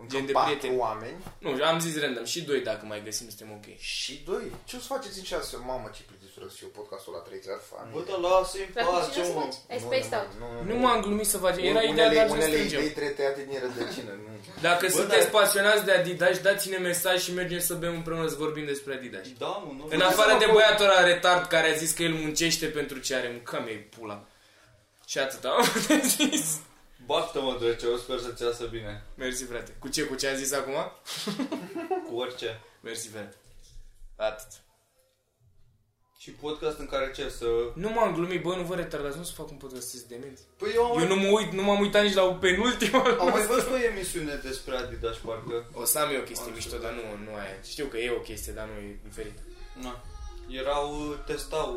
Speaker 3: Gen de
Speaker 4: patru
Speaker 3: prieteni.
Speaker 4: oameni
Speaker 3: Nu, am zis random. Și doi dacă mai găsim, suntem ok.
Speaker 4: și doi. Ce o să faceți în șase? Mamă, ce plictisură și eu podcastul la trei țări, fan.
Speaker 5: Bă, dar lasă-i în
Speaker 2: La cum ce
Speaker 5: pace,
Speaker 2: să
Speaker 5: mă.
Speaker 2: faci? Ai spaced out.
Speaker 4: Nu, nu,
Speaker 3: Nu m-am glumit să facem. Era ideea
Speaker 4: unele,
Speaker 3: de a
Speaker 4: unele
Speaker 3: strângem.
Speaker 4: idei trebuie tăiate din rădăcină. Nu.
Speaker 3: Dacă
Speaker 5: Bă,
Speaker 3: sunteți
Speaker 5: dar-
Speaker 3: pasionați de Adidas, dați-ne mesaj și mergem să bem împreună să vorbim despre Adidas.
Speaker 5: Da, mă, nu.
Speaker 3: În afară de băiatul ăla retard care a zis că el muncește pentru ce are, mânca mea pula. Și atât am de zis.
Speaker 5: Baftă-mă, drăce, eu sper să-ți iasă bine.
Speaker 3: Mersi, frate. Cu ce? Cu ce am zis acum?
Speaker 5: Cu orice.
Speaker 3: Mersi, frate. Atât.
Speaker 5: Și podcast în care ce să...
Speaker 3: Nu m-am glumit, bă, nu vă retardați, nu să fac un podcast, sunteți demenți.
Speaker 5: Păi eu am
Speaker 3: Eu
Speaker 5: mai,
Speaker 3: nu, mă uit, nu m-am uitat nici la penultima.
Speaker 5: am mai văzut o emisiune despre Adidas, parcă.
Speaker 3: O să am eu o chestie mișto, dar nu, nu aia. Știu că e o chestie, dar nu e diferit.
Speaker 5: Na. Erau, testau,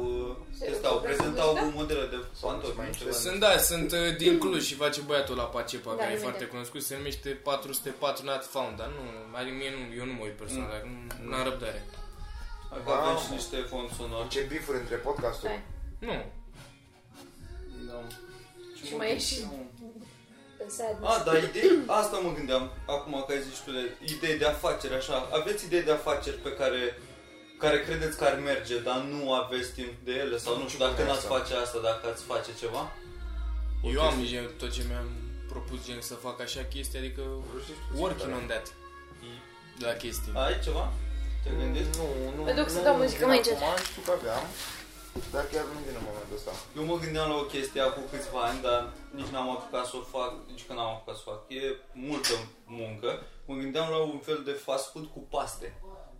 Speaker 5: testau,
Speaker 2: lucrau
Speaker 5: prezentau
Speaker 2: cu ăsta?
Speaker 5: modele de pantofi.
Speaker 4: mai
Speaker 5: nu știu,
Speaker 4: interesant.
Speaker 5: ceva.
Speaker 3: Sunt, da, sunt uh, din Cluj și face băiatul la Pacepa,
Speaker 2: Da,
Speaker 3: care e
Speaker 2: nu
Speaker 3: foarte
Speaker 2: vedem.
Speaker 3: cunoscut, se numește 404 Not Found, dar nu, adică mie nu, eu nu mă uit personal, dar nu, n-am răbdare.
Speaker 5: Dacă avem
Speaker 4: Mamă.
Speaker 5: și niște fond sonor.
Speaker 4: Ce bifuri între podcasturi.
Speaker 2: Hai.
Speaker 3: Nu.
Speaker 5: Da.
Speaker 2: Și mai e și- Sad.
Speaker 4: Ah.
Speaker 5: A, da, idei, asta mă gândeam acum că ai zis tu de idei de afaceri, așa. Aveți idei de afaceri pe care, care credeți că ar merge, dar nu aveți timp de ele sau nu știu, dacă
Speaker 4: bine
Speaker 5: n-ați
Speaker 4: asta.
Speaker 5: face asta, dacă ați face ceva? O
Speaker 3: Eu am
Speaker 5: chestie.
Speaker 3: gen, tot ce mi-am propus gen să fac așa chestii, adică working
Speaker 5: da.
Speaker 3: on that la chestii.
Speaker 5: Ai ceva? Te gândești?
Speaker 4: Nu, nu.
Speaker 2: Mă duc să
Speaker 4: nu
Speaker 2: dau
Speaker 4: vin
Speaker 2: muzică mai
Speaker 4: acum,
Speaker 2: încet.
Speaker 4: Știu că aveam, dar chiar nu vine în momentul ăsta.
Speaker 5: Eu mă gândeam la o chestie acum câțiva ani, dar nici n-am apucat să o fac, nici că n-am apucat să o fac. E multă muncă. Mă gândeam la un fel de fast food cu paste.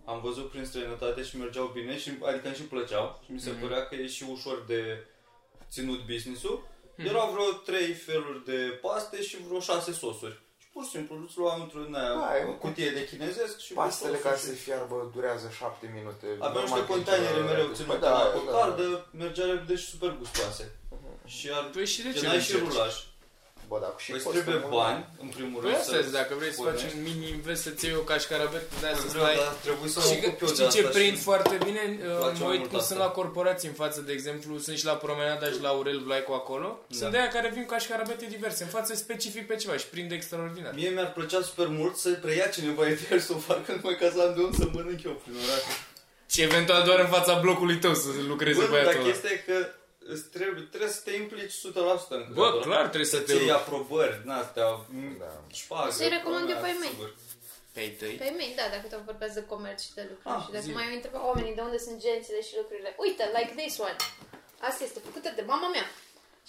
Speaker 5: Am văzut prin străinătate și mergeau bine, și, adică îmi și plăceau. Și mi
Speaker 4: Mhm.
Speaker 5: se părea că e și ușor de
Speaker 4: Mhm.
Speaker 5: ținut business-ul. Erau vreo trei feluri de paste și vreo șase sosuri. Și pur și simplu îți luam într-un aia,
Speaker 4: Da, e
Speaker 5: o
Speaker 4: un-
Speaker 5: cutie de chinezesc și
Speaker 4: Pastele
Speaker 5: mi-o
Speaker 4: care
Speaker 5: sus
Speaker 4: se
Speaker 5: și-
Speaker 4: fiarbă durează șapte minute.
Speaker 5: Aveam niște
Speaker 4: Normal că
Speaker 5: containere
Speaker 4: e-
Speaker 5: mereu
Speaker 4: Păi
Speaker 5: ținute
Speaker 4: da,
Speaker 5: la
Speaker 4: da. Mhm.
Speaker 5: cotardă, mergea repede și super gustoase. Și ar
Speaker 3: Păi și de ce
Speaker 5: genai
Speaker 3: nu
Speaker 5: și
Speaker 3: încerci?
Speaker 5: rulaj.
Speaker 4: Bă, da, cu și
Speaker 5: Păi îți
Speaker 4: costă
Speaker 5: trebuie
Speaker 4: mult.
Speaker 5: bani, în primul
Speaker 3: Păi
Speaker 5: rând,
Speaker 3: asta e, dacă vrei să faci
Speaker 5: pornești.
Speaker 3: un mini invers, să-ți iei o cașcarabetă de aia să
Speaker 5: da. Vreau,
Speaker 3: stai...
Speaker 5: dar trebuie să
Speaker 3: Și
Speaker 5: mă ocup
Speaker 3: că,
Speaker 5: eu de
Speaker 3: știi ce
Speaker 5: asta
Speaker 3: prind
Speaker 5: și-
Speaker 3: foarte bine? Uh,
Speaker 5: place
Speaker 3: Mă
Speaker 5: mai
Speaker 3: uit
Speaker 5: mult
Speaker 3: când
Speaker 5: asta.
Speaker 3: sunt la corporații în față, de exemplu, sunt și la promenada și la Aurel Vlaicu acolo.
Speaker 5: Da.
Speaker 3: Sunt de aia care vin cu cașcarabete diverse, în față specific pe ceva și prind extraordinar.
Speaker 5: Mie mi-ar plăcea super mult să preia cineva ideea și să o facă numai ca să am de unde să mănânc eu prin oraș.
Speaker 3: Și eventual doar în fața blocului tău să lucreze
Speaker 5: Bă, dar
Speaker 3: băiatul ăla.
Speaker 5: chestia e că îți trebuie, trebuie să te implici 100% în
Speaker 3: Bă, clar trebuie să te
Speaker 5: Să-ți iei
Speaker 3: rupi.
Speaker 5: aprobări din astea,
Speaker 4: Da.
Speaker 5: șpagă.
Speaker 2: Să-i recomand
Speaker 5: până
Speaker 2: eu pe
Speaker 5: la-
Speaker 2: mei.
Speaker 5: sigur.
Speaker 3: Pe-ai tăi.
Speaker 2: Pe mine, da, dacă tot vorbeați de comerț și de lucruri.
Speaker 5: Ah,
Speaker 2: și dacă
Speaker 3: zi.
Speaker 2: mai întreba oamenii de unde sunt gențile și lucrurile. Uite, like this one. Asta este făcută de mama mea.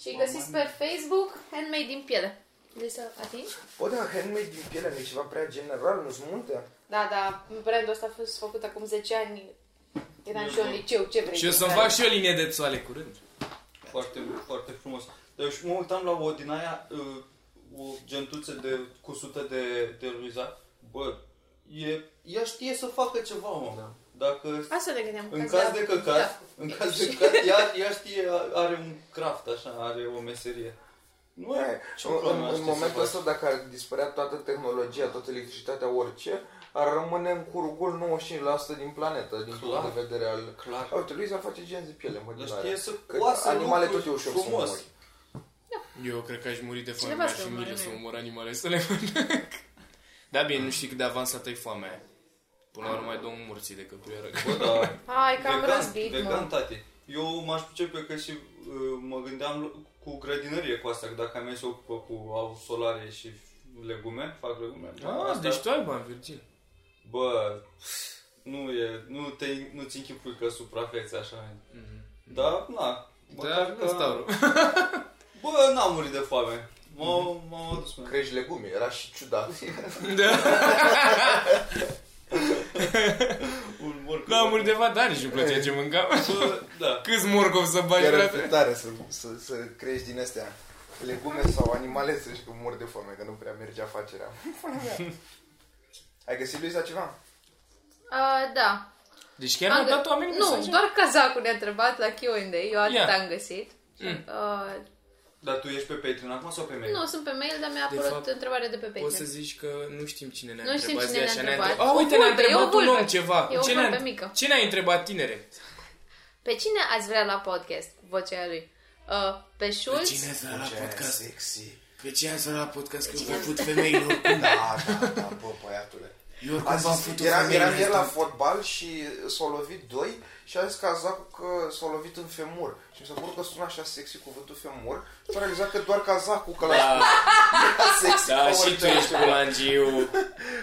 Speaker 2: Și îi găsiți pe Facebook, handmade din piele. Vrei să atingi?
Speaker 4: Bă, da, handmade din piele nu e ceva prea general, nu-s multe?
Speaker 2: Da, da, brandul ăsta a fost făcut acum 10 ani. Eram
Speaker 5: Eu
Speaker 2: și eu în
Speaker 5: nu.
Speaker 2: liceu, ce vrei?
Speaker 3: Și eu să-mi
Speaker 2: Care-
Speaker 3: fac și o linie de țoale curând.
Speaker 5: Foarte, foarte frumos. Deci mă uitam la o din aia, uh, o gentuță de cusută de, de Luiza. Bă, e, ea știe să facă ceva, mă.
Speaker 4: Da.
Speaker 5: Dacă
Speaker 2: Asta ne gândeam.
Speaker 5: În caz de căcat,
Speaker 2: Da.
Speaker 5: în caz de căcat, ea, ea știe, are un craft, așa, are o meserie. Nu
Speaker 4: Bă,
Speaker 5: e ce
Speaker 4: în, în,
Speaker 5: problemă știi
Speaker 4: în
Speaker 5: să
Speaker 4: momentul
Speaker 5: faci.
Speaker 4: ăsta, dacă ar dispărea toată tehnologia, toată electricitatea, orice, ar rămâne în curugul 95% din planetă, din
Speaker 5: Clar.
Speaker 4: punct de vedere al...
Speaker 5: Clar.
Speaker 4: A, uite, lui s-ar face genți de piele, mă,
Speaker 5: Dar
Speaker 4: din
Speaker 5: știe
Speaker 4: alea.
Speaker 5: să
Speaker 4: Că
Speaker 5: coasă
Speaker 4: animale
Speaker 5: lucruri
Speaker 4: tot e ușor să
Speaker 5: frumos.
Speaker 4: mori.
Speaker 3: Eu cred că aș muri de foame,
Speaker 2: Cineva
Speaker 3: mi-aș
Speaker 2: să
Speaker 3: fi
Speaker 2: omoare,
Speaker 3: milă
Speaker 2: nu?
Speaker 3: să omor animale să le mănânc. Da, bine, nu știi cât de avansată e foamea aia. Până la urmă mai două morții decât tu iară.
Speaker 5: Bă, da,
Speaker 2: Hai, că am
Speaker 5: vegan,
Speaker 2: răzbit,
Speaker 5: vegan,
Speaker 2: mă.
Speaker 5: tati. Eu m-aș pricepe că și uh, mă gândeam cu grădinărie cu asta, că dacă am se ocupă cu au solare și legume, fac legume. da,
Speaker 2: Da,
Speaker 3: Ah,
Speaker 5: Asta-
Speaker 3: deci tu ai bani, Virgil.
Speaker 5: Bă, nu e, nu te, nu-ți închipui că suprafeți așa.
Speaker 3: Mhm.
Speaker 5: Da, na.
Speaker 3: Da,
Speaker 5: măcar că-
Speaker 3: Tauro.
Speaker 5: Bă, n-am murit de foame.
Speaker 3: Mhm.
Speaker 5: M-am m-am adus, mă.
Speaker 4: Crești legume, era și ciudat.
Speaker 3: Da,
Speaker 5: Un morcov.
Speaker 3: da, am murit de vadare și îmi plăcea ce mâncam.
Speaker 5: Bă, Da.
Speaker 3: Câți morcov să bagi,
Speaker 4: Chiar ar fi
Speaker 3: frate?
Speaker 4: tare să, să, să crești din astea legume sau animale să știi că mor de foame, că nu prea merge afacerea. Pula mea. Ai găsit, Luisa, ceva?
Speaker 2: A, Da,
Speaker 3: Deci chiar au
Speaker 2: Am gă-
Speaker 3: dat oamenii
Speaker 2: Nu,
Speaker 3: mesaje?
Speaker 2: doar cazacul ne-a întrebat la Q&A, eu atât
Speaker 3: Ia.
Speaker 2: am găsit.
Speaker 3: Mm.
Speaker 2: Uh,
Speaker 5: Dar tu ești pe Patreon acum sau pe mail?
Speaker 2: nu, sunt pe mail, dar mi-a
Speaker 3: De
Speaker 2: apărut
Speaker 3: fapt,
Speaker 2: întrebarea de pe
Speaker 3: Poți să
Speaker 2: Patreon.
Speaker 3: zici că nu știm cine ne-a
Speaker 2: Nu știm
Speaker 3: întrebat.
Speaker 2: cine ne-a
Speaker 3: zi așa, ne-a
Speaker 2: întrebat.
Speaker 3: întrebat. Oh, uite,
Speaker 2: O
Speaker 3: ne-a
Speaker 2: vulpe, e o
Speaker 3: întrebat un
Speaker 2: vulpe.
Speaker 3: om ceva.
Speaker 2: E o
Speaker 3: Ce ne-a-
Speaker 2: vulpe mică.
Speaker 3: Ce ne-a întrebat tinere?
Speaker 2: Pe cine ați vrea la podcast cu vocea aia lui? Uh, pe Schulz?
Speaker 3: să la
Speaker 4: sexy.
Speaker 3: Pe cine să la podcast? Că eu vă fut femeile oricum.
Speaker 4: Da, da, da, bă, băiatule.
Speaker 3: Eu
Speaker 4: A zis, eram, eram ieri la fotbal și s-au lovit doi și a zis Cazacul că s-au lovit în femur. Și mi s-a părut că sună așa sexy cuvântul femur și am realizat că doar Cazacul că l-a era sexy.
Speaker 3: Da,
Speaker 4: ca
Speaker 3: și tu
Speaker 4: orice
Speaker 3: ești
Speaker 4: altceva.
Speaker 3: pulangiu.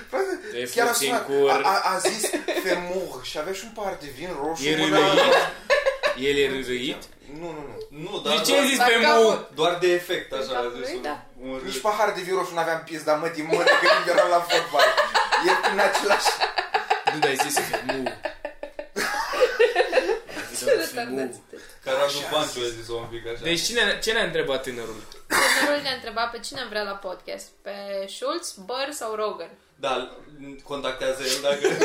Speaker 4: Frate,
Speaker 3: Te
Speaker 4: Chiar a,
Speaker 3: fuți în
Speaker 4: sunat,
Speaker 3: cur.
Speaker 4: a, a, a, zis femur și avea și un par de vin roșu.
Speaker 3: E
Speaker 4: în mână.
Speaker 3: râit? El e râit?
Speaker 4: Nu, nu, nu.
Speaker 5: Nu, dar
Speaker 3: De ce
Speaker 5: doar,
Speaker 3: ai zis
Speaker 2: la
Speaker 3: pe mu?
Speaker 2: capăt.
Speaker 5: doar de efect,
Speaker 2: În
Speaker 5: așa. a
Speaker 2: capul
Speaker 5: zis
Speaker 2: lui,
Speaker 5: un-
Speaker 2: da.
Speaker 5: un râs.
Speaker 4: Nici pahar de vin roșu n-aveam pis, dar mă din mână când eram la fotbal. E prin același...
Speaker 3: Nu, dar ai zis pe mu.
Speaker 2: Retardați.
Speaker 5: Caragiu Panciu a zis-o un pic așa.
Speaker 3: Deci cine, ce ne-a întrebat tânărul?
Speaker 2: Domnul ne-a întrebat pe cine vrea la podcast. Pe Schulz, Băr sau Rogan?
Speaker 5: Da, m- contactează el dacă...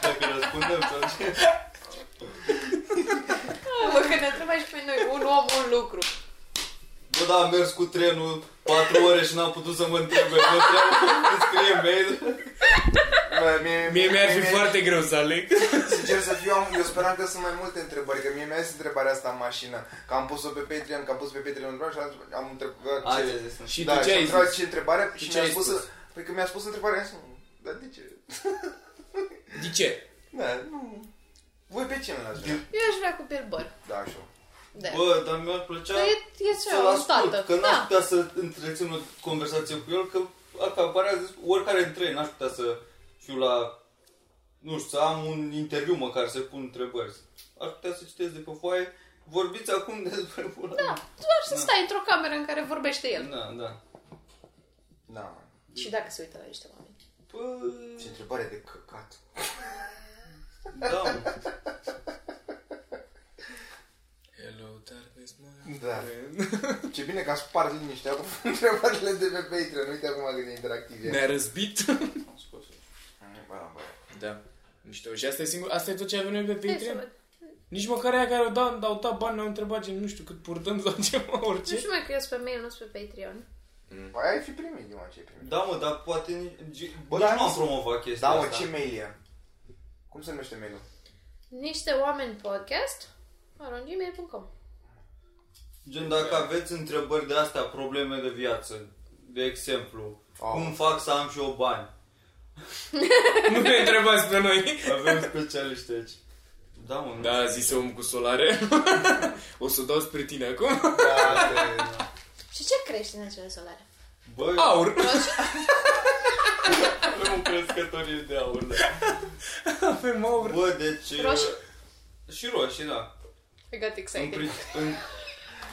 Speaker 5: dacă răspundem sau ce.
Speaker 2: Bă, că ne întreba și pe noi, un om, un lucru.
Speaker 5: Bă, da, am mers cu trenul 4 ore și n-am putut să mă întrebe. Mă întreabă, îmi scrie mail.
Speaker 4: Mă, mie-
Speaker 3: Mie mi-ar fi
Speaker 4: mie-
Speaker 3: foarte greu să aleg.
Speaker 4: Sincer să fiu, am, eu speram că sunt mai multe întrebări, că mie mi-a zis întrebarea asta în mașină, că am pus-o pe Patreon, că am pus pe Patreon întrebare și am- am întrebat
Speaker 5: Azi a
Speaker 4: ce...
Speaker 5: zis.
Speaker 3: Și
Speaker 4: da,
Speaker 3: tu ce
Speaker 4: și am
Speaker 3: ai
Speaker 4: întrebat
Speaker 3: zis?
Speaker 4: ce întrebare
Speaker 3: Tu
Speaker 4: și
Speaker 3: ce
Speaker 4: mi-a
Speaker 3: ai
Speaker 4: spus,
Speaker 3: spus?
Speaker 4: să- Păi că mi-a spus întrebarea, am zis, "Mm, dar de ce?
Speaker 3: De ce?
Speaker 4: Da, nu... Voi pe cine l-ați vrea?
Speaker 2: Eu aș vrea cu Bill Burr.
Speaker 4: Da, așa.
Speaker 2: Da.
Speaker 5: Bă, dar mi-ar plăcea...
Speaker 2: Că Păi, e, e
Speaker 5: să-l
Speaker 2: ceva, un tată.
Speaker 5: ascult, că n-aș
Speaker 2: Da.
Speaker 5: putea să întrețin o conversație cu el, că acaparează oricare dintre ei, n-aș putea să fiu la, nu știu, să am un interviu măcar, să pun întrebări. Aș putea să citesc de pe foaie, vorbiți acum despre pula. Da.
Speaker 2: Doar să stai într-o cameră în care vorbește el.
Speaker 5: Da, da.
Speaker 4: Da, mă.
Speaker 2: Și dacă se uită la niște oameni.
Speaker 5: Bă,
Speaker 4: ce întrebare de căcat.
Speaker 5: Păi, da, mă.
Speaker 3: Hello, darkness. doresc, mă.
Speaker 4: Da. Ce bine că a spart liniștea cu întrebările de pe Patreon. Uite acum cât de interactiv e.
Speaker 3: Ne-a răzbit.
Speaker 5: Scos-o.
Speaker 4: Ba, ba.
Speaker 3: Da. Mișto. Și asta e, singur, asta e tot ce avem noi pe
Speaker 2: Hai să
Speaker 3: Patreon?
Speaker 2: văd.
Speaker 3: Nici măcar aia care au dat, au dat bani ne-au întrebat gen, nu știu cât purtăm sau ceva,
Speaker 2: Nu
Speaker 3: orice.
Speaker 2: știu mai că eu sunt pe mail, nu sunt pe Patreon.
Speaker 4: Păi ai fi primit, Dima, ce ai primit.
Speaker 5: Da, mă, dar poate... nici- Bă,
Speaker 4: Da,
Speaker 5: da, nu am
Speaker 4: nu-
Speaker 5: promovat chestia
Speaker 4: Da, mă,
Speaker 5: asta.
Speaker 4: ce mail e? Cum se numește mailul?
Speaker 2: Niște oameni podcast arongmail.com
Speaker 5: Gen,
Speaker 4: Da.
Speaker 5: dacă aveți întrebări de astea, probleme de viață, de exemplu,
Speaker 4: Ah.
Speaker 5: cum fac să am și eu bani?
Speaker 3: Nu ne întrebați pe noi.
Speaker 5: Avem specialiști aici. Da, mă, nu
Speaker 3: Da, zise omul cu solare. o să o dau spre tine acum.
Speaker 4: Da, asta e-
Speaker 2: Și ce crește în acele solare?
Speaker 5: Băi,
Speaker 3: Aur.
Speaker 5: avem un crescătorie de aur, da.
Speaker 3: Avem aur.
Speaker 5: Bă, deci...
Speaker 2: Roșii? Păi.
Speaker 5: Și roșii, da.
Speaker 2: I got
Speaker 5: În,
Speaker 2: excited.
Speaker 5: prin- în,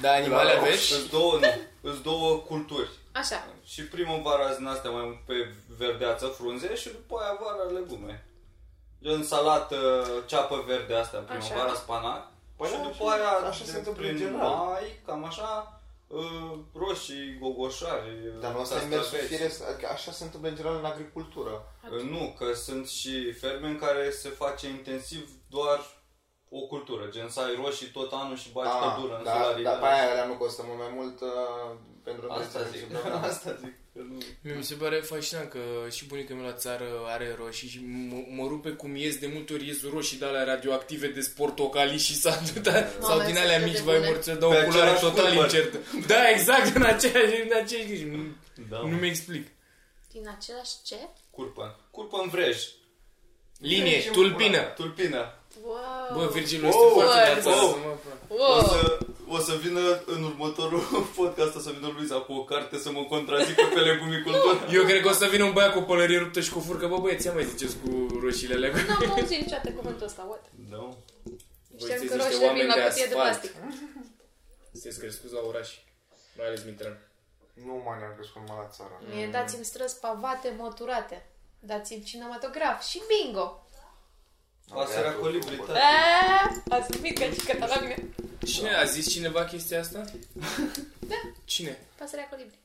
Speaker 3: Da, animale aveți?
Speaker 5: Îs două, nu, îs două culturi.
Speaker 2: Așa.
Speaker 5: Și primăvara din astea mai mult pe verdeață, frunze, și după aia vara legume. Gen salată, uh, ceapă verde asta, primăvara,
Speaker 2: Așa.
Speaker 5: spanac.
Speaker 4: Păi
Speaker 5: și
Speaker 4: da,
Speaker 5: după
Speaker 4: așa-
Speaker 5: aia,
Speaker 4: așa se
Speaker 5: de
Speaker 4: întâmplă
Speaker 5: prin
Speaker 4: în general.
Speaker 5: mai, cam așa, ă, roșii, gogoșari,
Speaker 4: Dar nu asta e mersul
Speaker 5: castraveți.
Speaker 4: firesc, adică așa se întâmplă în general în agricultură.
Speaker 5: Ă, Nu, că sunt și ferme în care se face intensiv doar o cultură, gen să ai roșii tot anul și bagi
Speaker 4: Ah,
Speaker 5: căldură în
Speaker 4: da,
Speaker 5: solarii.
Speaker 4: da, pe aia alea nu costă mult mai mult uh, pentru
Speaker 5: Asta
Speaker 4: întreținere și
Speaker 5: zic,
Speaker 4: probleme.
Speaker 5: asta zic. Că nu.
Speaker 3: Mie mi se pare fascinant că și bunica mea la țară are roșii și mă, mă rupe cum ies de multe ori ies roșii de alea radioactive de sportocalii și s-a sau din
Speaker 2: sunt
Speaker 3: alea
Speaker 2: atât
Speaker 3: mici,
Speaker 2: de
Speaker 3: vai
Speaker 2: bune.
Speaker 3: morțe, dau o
Speaker 5: Pe
Speaker 3: culoare
Speaker 5: același
Speaker 3: total
Speaker 5: cumpăr.
Speaker 3: incertă. Da, exact, în aceeași, în aceeași nu,
Speaker 5: Da,
Speaker 3: nu mi explic.
Speaker 2: Din același ce?
Speaker 5: Curpă. Curpă în vrej.
Speaker 3: Linie,
Speaker 5: Deci,
Speaker 3: tulpină.
Speaker 5: Tulpină.
Speaker 2: Wow.
Speaker 3: Bă, Virgil, este
Speaker 5: Oh,
Speaker 3: foarte de
Speaker 2: bă,
Speaker 3: țară.
Speaker 5: bă.
Speaker 3: mă, bă.
Speaker 2: wow.
Speaker 5: O să, o să vină în următorul podcast, o să vină Luiza cu o carte să mă contrazică pe legumicultură.
Speaker 3: Eu cred că o să vină un băiat cu o pălărie ruptă și cu o furcă. Bă, băieți, ia mai ziceți cu roșiile alea. Voi
Speaker 2: N-am auzit niciodată cuvântul ăsta, what?
Speaker 5: Da.
Speaker 2: Știam că
Speaker 3: sunteți niște
Speaker 2: roșiile vin
Speaker 3: oameni
Speaker 2: la
Speaker 3: de
Speaker 2: cutie de
Speaker 3: asfalt.
Speaker 2: plastic.
Speaker 3: Sunteți crescuți la oraș, mai ales Mitran.
Speaker 5: Da.
Speaker 4: Nu mai ne-am crescut numai la țară.
Speaker 2: Mie dați-mi străzi pavate moturate. Dați-mi cinematograf și bingo.
Speaker 5: Asta era colibri, tati.
Speaker 2: Eee, Ați numit că și catalogă.
Speaker 3: Cine a zis cineva chestia asta?
Speaker 2: Da.
Speaker 3: Cine?
Speaker 2: Pasărea colibri.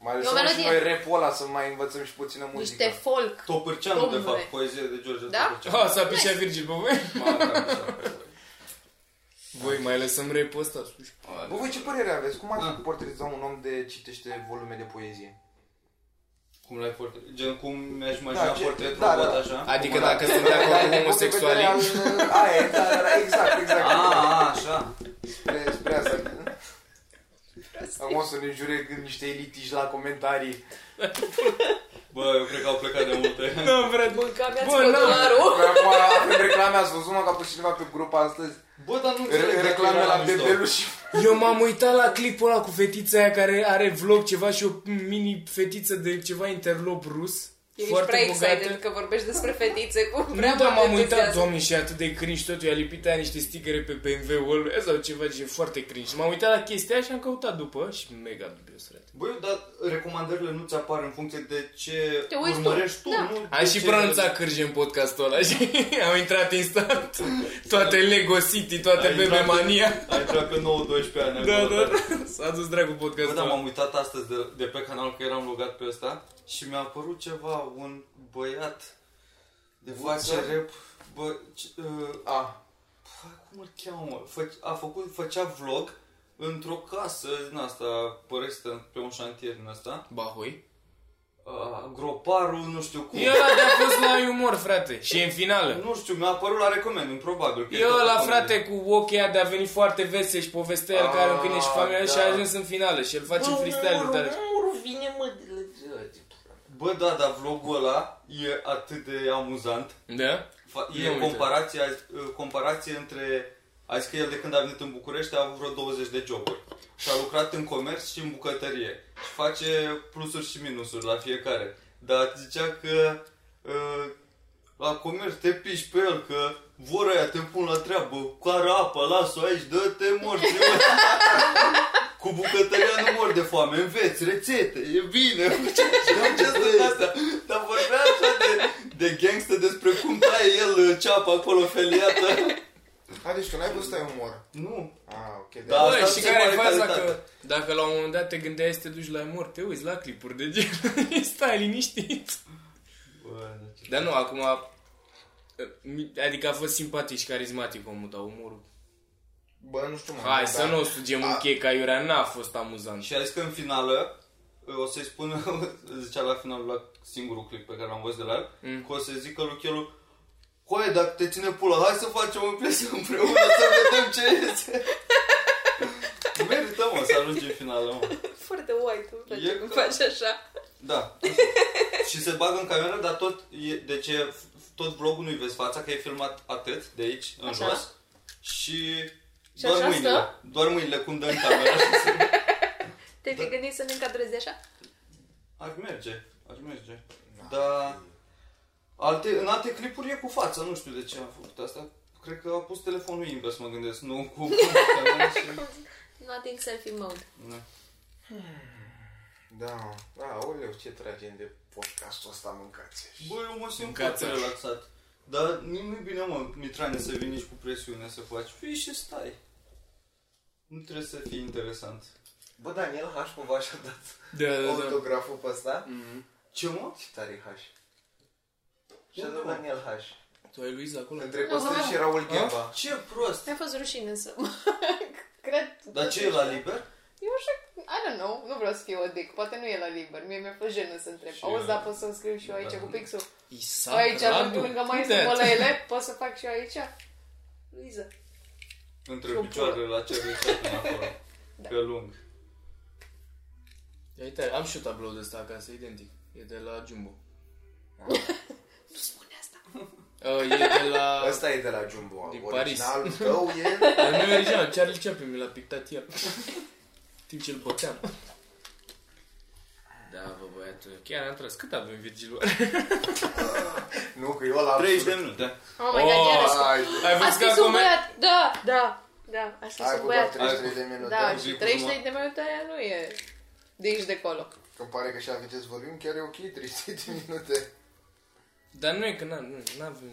Speaker 4: Mai
Speaker 2: E o
Speaker 4: lăsăm și
Speaker 2: melodie.
Speaker 4: noi rap ăla să mai învățăm și puțină muzică.
Speaker 2: Niște folk.
Speaker 5: Topârceanu, de
Speaker 2: Domnule.
Speaker 5: fapt, poezie de George
Speaker 2: Da?
Speaker 5: Topârceanu.
Speaker 3: Ah, s-a pișat Virgil pe voi?
Speaker 5: Mamă, da, așa.
Speaker 3: Voi mai lăsăm rap ăsta sus.
Speaker 4: Bă, voi ce părere aveți? Cum
Speaker 3: Ah.
Speaker 4: ar fi portretiza un om de citește volume de poezie?
Speaker 5: Cum l-ai portret? Gen cum mi-aș imagina
Speaker 4: Da,
Speaker 5: da,
Speaker 4: ce-
Speaker 5: portretul
Speaker 4: da,
Speaker 5: da, robot
Speaker 4: da.
Speaker 5: așa?
Speaker 3: Adică
Speaker 4: Cum
Speaker 3: dacă sunt de acord cu homosexualii. Ah.
Speaker 4: Aia, e, da, da, da, exact, exact.
Speaker 5: A, a, Ah, așa.
Speaker 4: Spre, spre asta. Am o să ne jure când niște elitiști la comentarii.
Speaker 5: Bă, eu cred că au plecat de multe.
Speaker 3: Nu, frate.
Speaker 2: Bă, că aveați
Speaker 3: Bă,
Speaker 2: pe
Speaker 3: n-am.
Speaker 2: dolarul.
Speaker 4: Noi acum avem reclame, ați văzut mă că a pus cineva pe grup astăzi.
Speaker 5: Bă, dar nu înțeleg
Speaker 4: Re-
Speaker 5: dacă
Speaker 4: reclame
Speaker 5: era
Speaker 4: la
Speaker 5: mișto.
Speaker 4: bebeluș și...
Speaker 3: Eu m-am uitat la clipul ăla cu fetița aia care are vlog ceva și o mini fetiță de ceva interlop rus.
Speaker 2: Ești prea
Speaker 3: foarte
Speaker 2: excited
Speaker 3: bogată.
Speaker 2: că vorbești despre fetițe cu
Speaker 3: Nu,
Speaker 2: prea
Speaker 3: dar
Speaker 2: mult
Speaker 3: m-am uitat,
Speaker 2: entuziasm.
Speaker 3: doamne, și e atât de cringe tot. Eu a lipit aia niște stigere pe BMW-ul ăla sau ceva ce e foarte cringe. M-am uitat la chestia aia și am căutat după și mega dubios, frate.
Speaker 5: Băi, dar recomandările nu ți apar în funcție de ce
Speaker 2: Te uiți tu.
Speaker 5: urmărești tu,
Speaker 2: Da.
Speaker 5: nu?
Speaker 3: Am
Speaker 5: de
Speaker 3: și
Speaker 5: ce-
Speaker 3: pronunțat cârje în podcastul ăla și am intrat instant. Toate Lego City, toate
Speaker 5: Ai intrat
Speaker 3: Bebe
Speaker 5: pe-
Speaker 3: Mania.
Speaker 5: Ai intrat pe 9-12 ani.
Speaker 3: Da,
Speaker 5: acolo,
Speaker 3: da. S-a dus dragul
Speaker 5: Bă,
Speaker 3: podcastul.
Speaker 5: da, m-am uitat astăzi de, de pe canal că eram logat pe ăsta și mi-a apărut ceva, un băiat de face
Speaker 4: Buță?
Speaker 5: rap, bă, ce, uh,
Speaker 4: A,
Speaker 5: pă, cum îl cheamă? Fă, a făcut, făcea vlog într-o casă din asta, părăsită pe un șantier din asta,
Speaker 3: Bahoi.
Speaker 5: uh, groparul, nu știu cum.
Speaker 3: E ăla de-a fost la umor, frate. Și e în finală.
Speaker 5: Nu știu, mi-a apărut la recomand, probabil. că
Speaker 3: E
Speaker 5: tot
Speaker 3: ăla,
Speaker 5: comedy.
Speaker 3: frate, cu ochii aia de a veni foarte vesel și povestea el care un câine și familia și a ajuns în finală și el face freestyle tare.
Speaker 5: Bă, da, dar vlogul ăla e atât de amuzant.
Speaker 3: Da?
Speaker 5: Fa-
Speaker 3: Nu
Speaker 5: E
Speaker 3: uite.
Speaker 5: comparație, comparație între... Ai zis că el de când a venit în București a avut vreo 20 de joburi și a lucrat în comerț și în bucătărie și face plusuri și minusuri la fiecare. Dar zicea că uh, la comerț te piși pe el, că vor aia, te pun la treabă, care apă, las-o aici, dă-te morți. Cu bucătăria nu mor de foame, înveți rețete, e bine. Am ce sunt astea. Dar vorbea așa de, de gangster despre cum taie el uh, ceapa acolo feliată.
Speaker 4: Adică tu n-ai văzut ai umor.
Speaker 5: Nu.
Speaker 4: Ah, ok. de-
Speaker 5: Da.
Speaker 3: Bă,
Speaker 5: asta
Speaker 3: și
Speaker 5: se
Speaker 3: care e
Speaker 5: pare
Speaker 3: faza
Speaker 5: calitate.
Speaker 3: că dacă la un moment dat te gândeai să te duci la mort, te uiți la clipuri de gen, stai liniștit.
Speaker 5: Bă, de ce?
Speaker 3: Dar nu, acum, adică a fost simpatic și carismatic omul, dar umorul.
Speaker 4: Bă, nu știu, mă.
Speaker 3: Hai
Speaker 4: da.
Speaker 3: să nu o sugem un chei ca Iurea, n-a fost amuzant.
Speaker 5: Și a zis că în finală uh, o să-i spună, zicea la finalul la singurul clip pe care l-am văzut de la el, mm. că o să zică lui Chelu, Coaie, dacă te ține pula, hai să facem o piesă împreună să vedem ce este. Merită, mă, să ajungi în finală, mă.
Speaker 2: Foarte white, îmi place
Speaker 5: E
Speaker 2: cum
Speaker 5: ca-
Speaker 2: faci așa.
Speaker 5: Da. și se bagă în camionă, dar tot, e, de ce, tot vlogul nu-i vezi fața, că e filmat atât, de aici, în
Speaker 2: Așa.
Speaker 5: așa. jos. Și,
Speaker 2: Și
Speaker 5: doar
Speaker 2: așa
Speaker 5: mâinile,
Speaker 2: stă?
Speaker 5: doar mâinile cum dă în cameră. și se-
Speaker 2: Te-ai fi gândit să ne încadrezi așa?
Speaker 5: Ar merge, ar merge. Dar alte, în alte clipuri e cu fața, nu știu de ce am făcut asta. Cred că a pus telefonul invers, mă gândesc, nu cu camera și...
Speaker 2: Not in selfie mode.
Speaker 5: Nu.
Speaker 4: Da, da, oleu, ce tragem de podcastul ăsta, mâncați
Speaker 5: Bă, eu mă simt
Speaker 3: Mâncați
Speaker 5: foarte relaxat. Dar nu- nu-i bine, mă, Mitrane, să vii nici cu presiune să faci. Fii și stai. Nu trebuie să fii interesant.
Speaker 4: Bă, Daniel H. cumva și-a dat
Speaker 3: Da, da, da.
Speaker 4: autograful pe ăsta.
Speaker 5: Ce, mă?
Speaker 4: Ce tare e H. Și-a
Speaker 5: Unde,
Speaker 4: dat
Speaker 5: mă?
Speaker 4: Daniel H.
Speaker 3: Tu ai Luiza acolo?
Speaker 4: Între Costel și
Speaker 3: Ah,
Speaker 4: Raul Gheba.
Speaker 5: Ce prost!
Speaker 2: Mi-a fost rușine să mă... Cred...
Speaker 5: Dar ce e la liber?
Speaker 2: Eu așa... I don't know, nu vreau să fiu o dic, poate nu e la liber, mie mi-a fost jenă să întreb.
Speaker 5: Și
Speaker 2: Auzi,
Speaker 5: eu.
Speaker 2: dar pot să-mi scriu și eu aici
Speaker 5: Da.
Speaker 2: cu pixul?
Speaker 3: Isaac
Speaker 2: Aici,
Speaker 3: Radu?
Speaker 2: lângă mai
Speaker 3: Unde?
Speaker 2: sunt bălăile, pot să fac și eu aici? Luiza.
Speaker 5: Între
Speaker 2: Ce-o
Speaker 5: picioarele la ce până acolo.
Speaker 2: Da.
Speaker 5: Pe lung.
Speaker 3: Ia uite, am și eu tablou de ăsta acasă, identic. E de la Jumbo.
Speaker 2: Nu spune asta.
Speaker 3: Uh, e de la...
Speaker 4: Ăsta e de la Jumbo.
Speaker 3: Din
Speaker 4: Originalul tău e...
Speaker 3: Dar nu e original, Charlie Chaplin mi l-a pictat el. Timp ce îl băteam. Da, bă, băiatul, chiar am tras. Cât avem, Virgil?
Speaker 4: Nu, că eu la
Speaker 5: 30 de minute.
Speaker 2: Oh my god, iarăși.
Speaker 4: Ai,
Speaker 3: Ai
Speaker 2: A
Speaker 3: văzut
Speaker 2: scris un
Speaker 3: că acum...
Speaker 2: băiat, da, da, da, a scris
Speaker 4: ai
Speaker 2: un
Speaker 4: cu doar
Speaker 2: băiat.
Speaker 4: 33 de minute.
Speaker 2: Da,
Speaker 5: Zic
Speaker 2: și
Speaker 5: cu
Speaker 2: 33 de minute aia nu e de aici de colo.
Speaker 4: Că pare că și avem ce să vorbim, chiar e ok, 33 de minute.
Speaker 3: Dar nu e că n-am, nu, n-avem...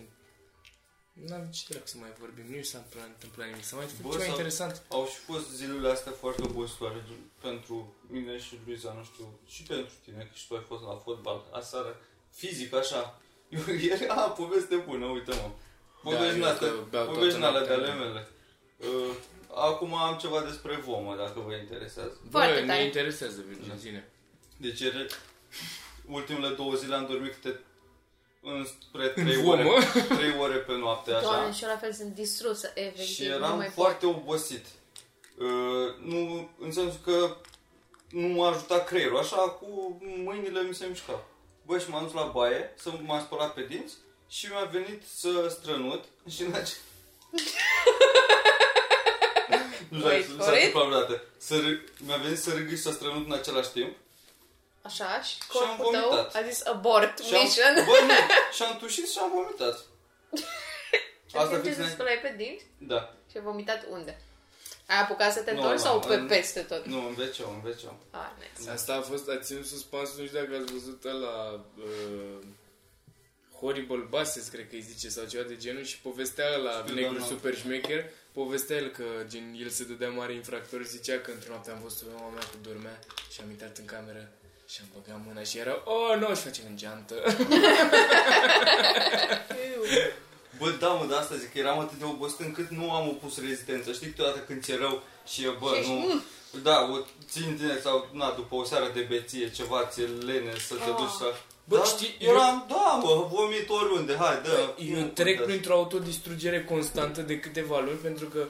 Speaker 3: N-avem ce dracu să mai vorbim, nu s-a întâmplat- întâmplat nimic. S-a mai
Speaker 5: Bă,
Speaker 3: întâmplat ceva
Speaker 5: s-a-
Speaker 3: interesant.
Speaker 5: Au și fost zilele astea foarte obositoare du- pentru mine și Luiza, nu știu, și pentru tine, că și tu ai fost la fotbal aseară, fizic, așa. Eu- Ieri, a, poveste bună, uite-mă.
Speaker 3: Da, eu că beau toată
Speaker 5: Povejnale de
Speaker 3: noaptea,
Speaker 5: ale
Speaker 3: nu.
Speaker 5: mele. Uh, acum am ceva despre vomă, dacă vă interesează.
Speaker 2: Foarte
Speaker 3: Bă, ne
Speaker 2: tare.
Speaker 3: interesează, Virgil, zine.
Speaker 5: Deci, ieri, ultimele două zile am dormit câte înspre 3
Speaker 3: Vomă?
Speaker 5: ore, 3 ore pe noapte, așa.
Speaker 2: Doamne, și eu la fel sunt distrusă, efectiv.
Speaker 5: Și
Speaker 2: nu
Speaker 5: eram
Speaker 2: mai pot.
Speaker 5: foarte obosit. Uh, nu, în sensul că nu m-a ajutat creierul, așa cu mâinile mi se mișcau. Bă, și m-am dus la baie să m-am spălat pe dinți și mi-a venit să strănut și în ace... nu știu,
Speaker 2: Wait
Speaker 5: s-a
Speaker 2: for
Speaker 5: întâmplat
Speaker 2: it.
Speaker 5: vreodată. Să râ- mi-a venit să râg și să strănut în același timp.
Speaker 2: Așa, și
Speaker 5: am
Speaker 2: corpul tău
Speaker 5: vomitat.
Speaker 2: a zis abort
Speaker 5: Și am,
Speaker 2: mission.
Speaker 5: bă, nu, și am tușit și am vomitat. Asta
Speaker 2: Asta ce
Speaker 5: fix
Speaker 2: să
Speaker 5: ne...
Speaker 2: spălai pe dinți
Speaker 5: Da,
Speaker 2: și ai vomitat unde? Ai apucat să te
Speaker 5: Nu,
Speaker 2: întorci
Speaker 5: nu,
Speaker 2: sau pe
Speaker 5: nu.
Speaker 2: peste tot?
Speaker 5: nu, în veceu, în veceu.
Speaker 2: Ah, nice.
Speaker 5: Exact.
Speaker 3: Asta a fost, a ținut suspansul, nu știu dacă ați văzut la uh, Horrible Bosses, cred că îi zice, sau ceva de genul, și povestea la
Speaker 5: Știu,
Speaker 3: negru
Speaker 5: doamna.
Speaker 3: super șmecher, povestea el că gen, el se dădea mare infractor, zicea că într-o noapte am văzut pe mama mea că dormea și am intrat în cameră și am băgat mâna și era, oh, nu, și facem în geantă.
Speaker 5: Bă, da, mă, dar asta zic că eram atât de obosit încât nu am opus rezistență. Știi câteodată când ți-e rău și e, bă,
Speaker 2: Și
Speaker 5: nu... Da, o țin tine sau, na, după o seară de beție, ceva, ți-e lene să te
Speaker 2: Ah.
Speaker 5: duci să...
Speaker 3: Bă,
Speaker 5: da,
Speaker 3: știi,
Speaker 5: eram, da, mă, vomit oriunde, hai, da.
Speaker 3: Eu trec printr-o autodistrugere constantă de câteva luni pentru că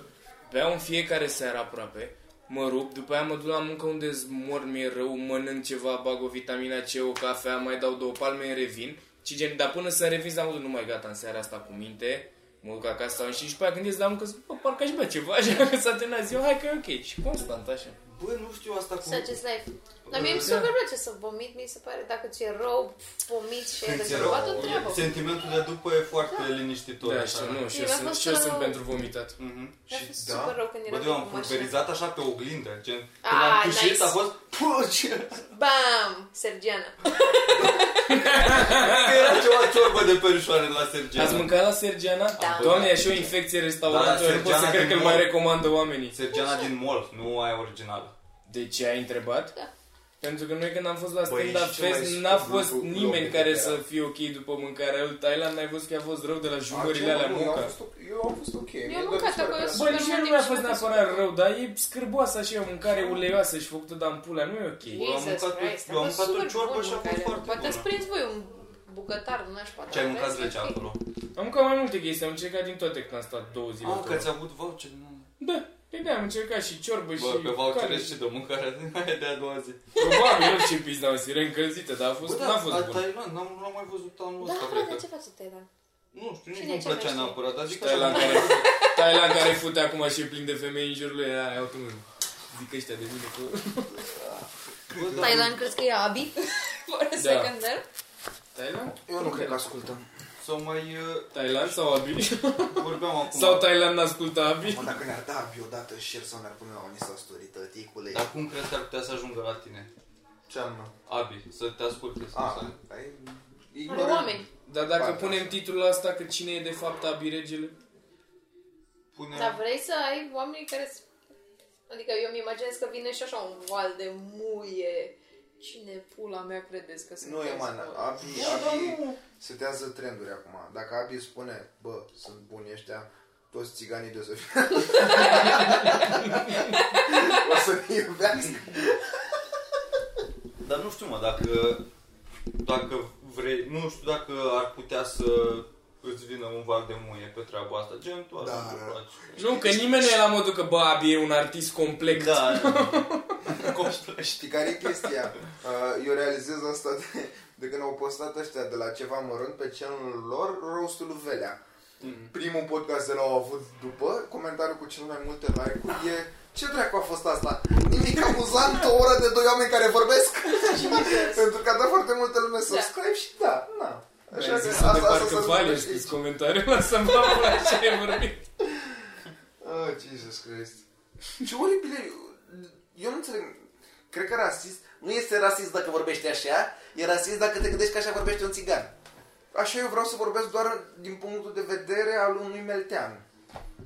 Speaker 3: beau în fiecare seară aproape, mă rup, după aia mă duc la muncă unde îți mor mi rău, mănânc ceva, bag o vitamina C, o cafea, mai dau două palme, revin. Și gen, dar până să revin, am zis, nu mai gata, în seara asta cu minte, mă duc acasă sau și, și pe aia când ies la muncă, zic, bă, parcă aș bea ceva, așa că s-a terminat ziua, hai că e ok. Și constant, așa.
Speaker 5: Bă, nu știu asta cu...
Speaker 2: Such is life. Dar mie îmi
Speaker 3: Da.
Speaker 2: super place să vomit, mi se pare, dacă ți-e rău, vomit și ai
Speaker 5: Când ți-e
Speaker 2: rezolvat o
Speaker 5: rău,
Speaker 2: treabă.
Speaker 5: sentimentul de după e foarte liniștitor.
Speaker 3: Da,
Speaker 5: așa.
Speaker 3: și nu, și eu,
Speaker 2: Mi-a
Speaker 3: sunt,
Speaker 2: fost
Speaker 3: și eu
Speaker 2: rău.
Speaker 3: sunt pentru vomitat.
Speaker 5: Mhm.
Speaker 2: Mi-a
Speaker 4: Și
Speaker 2: fost
Speaker 4: da,
Speaker 2: super rău când
Speaker 5: Bă,
Speaker 2: eram
Speaker 5: eu am
Speaker 2: cu mașina.
Speaker 5: pulverizat așa pe oglindă, gen,
Speaker 2: da. Ah,
Speaker 5: când am tușit
Speaker 2: nice.
Speaker 5: a fost... Pă, ce...
Speaker 2: Bam! Sergiana.
Speaker 5: Că era ceva ciorbă de perișoare la Sergiana.
Speaker 3: Ați mâncat la Sergiana?
Speaker 2: Da.
Speaker 3: Doamne, e și o infecție restaurantă,
Speaker 5: Da, la
Speaker 3: nu pot să
Speaker 5: Sergiana
Speaker 3: cred
Speaker 5: din
Speaker 3: că îl
Speaker 5: nou.
Speaker 3: mai recomandă oamenii.
Speaker 5: Sergiana din mall, nu aia originală.
Speaker 3: De ce ai întrebat?
Speaker 2: Da.
Speaker 3: Pentru că noi când am fost la
Speaker 5: Băi,
Speaker 3: stand-up
Speaker 5: Păi și ce mai
Speaker 3: fest
Speaker 5: scump
Speaker 3: n-a fost
Speaker 5: lucru-
Speaker 3: nimeni
Speaker 5: lucru
Speaker 3: care
Speaker 5: era.
Speaker 3: să fie ok după mâncarea lui Thailand, n-ai văzut că a fost rău de la jumările alea
Speaker 4: nu, eu am
Speaker 3: munca.
Speaker 4: fost o- Eu am fost ok. Mie
Speaker 2: am
Speaker 4: doar
Speaker 2: mâncat
Speaker 4: mi se pare
Speaker 2: acolo,
Speaker 4: că-
Speaker 2: sunt
Speaker 3: Bă, nici mie nu
Speaker 2: supermarket
Speaker 3: mi-a
Speaker 2: și
Speaker 3: fost
Speaker 2: nu-mi
Speaker 3: neapărat rău, dar e scârboasă așa, e o mâncare uleioasă și făcută de ampula, nu e ok.
Speaker 5: Eu am
Speaker 2: Jesus
Speaker 5: mâncat o-
Speaker 2: Christ,
Speaker 5: eu am
Speaker 2: a fost
Speaker 5: mâncat o
Speaker 2: super
Speaker 5: ciorbă
Speaker 2: bun
Speaker 5: și a fost
Speaker 2: mâncarea.
Speaker 5: foarte
Speaker 2: Poate ați
Speaker 5: bună.
Speaker 2: prins voi un bucătar, nu aș poate.
Speaker 5: Ce ai mâncat zece acolo?
Speaker 3: Am mâncat mai multe chestii, am încercat din toate când am stat două zile.
Speaker 5: Ah,
Speaker 3: acolo.
Speaker 5: că ți-a avut voucher, nu.
Speaker 3: Da, păi da, am încercat și ciorbă și...
Speaker 5: Bă, pe
Speaker 3: care-
Speaker 5: voucher și de mâncare aia de a doua zi.
Speaker 3: Probabil orice pizda o sire încălzită, dar a fost,
Speaker 5: Bă,
Speaker 3: n-a fost
Speaker 5: la
Speaker 3: bună.
Speaker 5: da, Thailand, n-am, n-am mai văzut anul
Speaker 2: Da,
Speaker 5: ăsta, cred
Speaker 2: frate,
Speaker 5: că.
Speaker 2: ce faci tu, Taiwan?
Speaker 5: Nu știu, nici
Speaker 2: Cine
Speaker 5: nu-mi
Speaker 2: ce mai
Speaker 5: plăcea
Speaker 2: știe?
Speaker 5: neapărat, dar zic că
Speaker 3: Thailand care, Thailand care fute acum și e plin de femei în jurul lui, aia, iau tu mână. Zic ăștia de mine că...
Speaker 5: Bă, da.
Speaker 2: Thailand, crezi că e Abi? Fără
Speaker 3: Da.
Speaker 2: secundar?
Speaker 3: Thailand?
Speaker 6: Eu nu cred că ascultăm.
Speaker 5: Sau mai uh,
Speaker 3: Thailand sau Abi?
Speaker 5: vorbeam acum.
Speaker 3: sau Thailand n-ascultă Abi?
Speaker 4: Mă, dacă ne-ar da abia odată share sau ne-ar pune la un Insta story, tăticule.
Speaker 5: Dar cum crezi că ar putea să ajungă la tine?
Speaker 4: Ce Ah, anume?
Speaker 5: Abi, să te asculte. să-
Speaker 4: A,
Speaker 5: să-
Speaker 4: ai... Da.
Speaker 2: Are oameni.
Speaker 3: Dar dacă
Speaker 4: Ba,
Speaker 3: punem
Speaker 4: da.
Speaker 3: titlul ăsta că cine e de fapt Abi regele?
Speaker 5: Pune...
Speaker 2: Dar vrei să ai oameni care... s- Adică eu îmi imaginez că vine și așa un val de muie. Cine pula mea credeți că sunt?
Speaker 4: Nu e, man,
Speaker 2: bă?
Speaker 4: Abi, Abi setează trenduri acum. Dacă Abi spune, bă, sunt buni ăștia, toți țiganii de o să fie. o să ne iubească.
Speaker 5: Dar nu știu, mă, dacă, dacă vrei, nu știu dacă ar putea să îți vină un val de muie pe treaba asta, gen tu
Speaker 4: Da,
Speaker 5: asta
Speaker 4: da.
Speaker 5: nu place.
Speaker 3: Nu, că nimeni nu e la modul că bă, Abi e un artist complex.
Speaker 5: Da,
Speaker 3: da.
Speaker 4: Știi care e chestia? Uh, Eu realizez asta de, de când au postat ăștia de la ceva mărunt pe channelul lor, roastul lui Velea.
Speaker 3: Mm.
Speaker 4: Primul podcast de l-au avut după, comentariul cu cel mai multe like-uri e ce dracu a fost asta? Nimic amuzant, o oră de doi oameni care vorbesc? Pentru că a dat foarte multă lume subscribe și da, na.
Speaker 3: Așa că asta, de parcă Vale scris comentariul ăla să-mi fac la ce ai vorbit.
Speaker 4: Oh, Jesus Christ. Ce oribile... Eu nu înțeleg... Cred că rasist... Nu este rasist dacă vorbește așa, e rasist dacă te gândești că așa vorbește un țigan. Așa eu vreau să vorbesc doar din punctul de vedere al unui meltean.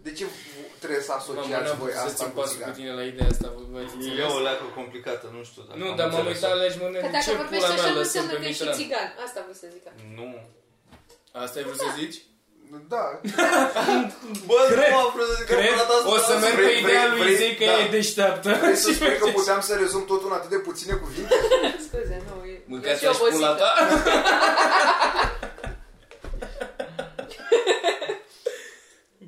Speaker 4: De ce v- trebuie să
Speaker 3: Mamă, n-am
Speaker 4: asociați voi
Speaker 3: putut să
Speaker 4: asta
Speaker 3: țin
Speaker 4: cu
Speaker 3: pasul cu
Speaker 4: țigan?
Speaker 3: tine la ideea asta, vă v-ați
Speaker 5: e
Speaker 3: înțeles?
Speaker 5: o leacă complicată, nu știu dacă
Speaker 3: Nu,
Speaker 5: am
Speaker 3: dar m-am
Speaker 5: înțeles-o.
Speaker 3: uitat la și mă
Speaker 2: Că
Speaker 3: gândeam,
Speaker 2: dacă
Speaker 3: ce
Speaker 2: vorbești
Speaker 3: pula
Speaker 2: așa
Speaker 3: mea
Speaker 2: nu
Speaker 3: lăsăm
Speaker 2: înseamnă
Speaker 3: pe
Speaker 2: că ești și
Speaker 3: Mitran.
Speaker 2: țigan. Asta vreau să zic.
Speaker 5: Nu.
Speaker 3: Asta ai vrut să zici?
Speaker 4: Da.
Speaker 5: Bă,
Speaker 3: Cred,
Speaker 5: nu am vrut să zic
Speaker 3: Cred,
Speaker 5: neapărat asta,
Speaker 3: o să
Speaker 5: dar
Speaker 3: merg
Speaker 4: vrei-
Speaker 3: pe ideea
Speaker 4: vrei-
Speaker 3: lui
Speaker 4: vrei-
Speaker 3: Zei că
Speaker 4: da.
Speaker 3: e deșteaptă.
Speaker 4: Vrei să
Speaker 3: și
Speaker 4: spui că
Speaker 3: merge.
Speaker 4: puteam să rezum totul în atât de puține cuvinte?
Speaker 2: Scuze, nu, e, e
Speaker 3: Mâncați
Speaker 2: și
Speaker 3: aș pula
Speaker 2: obosită.
Speaker 3: ta?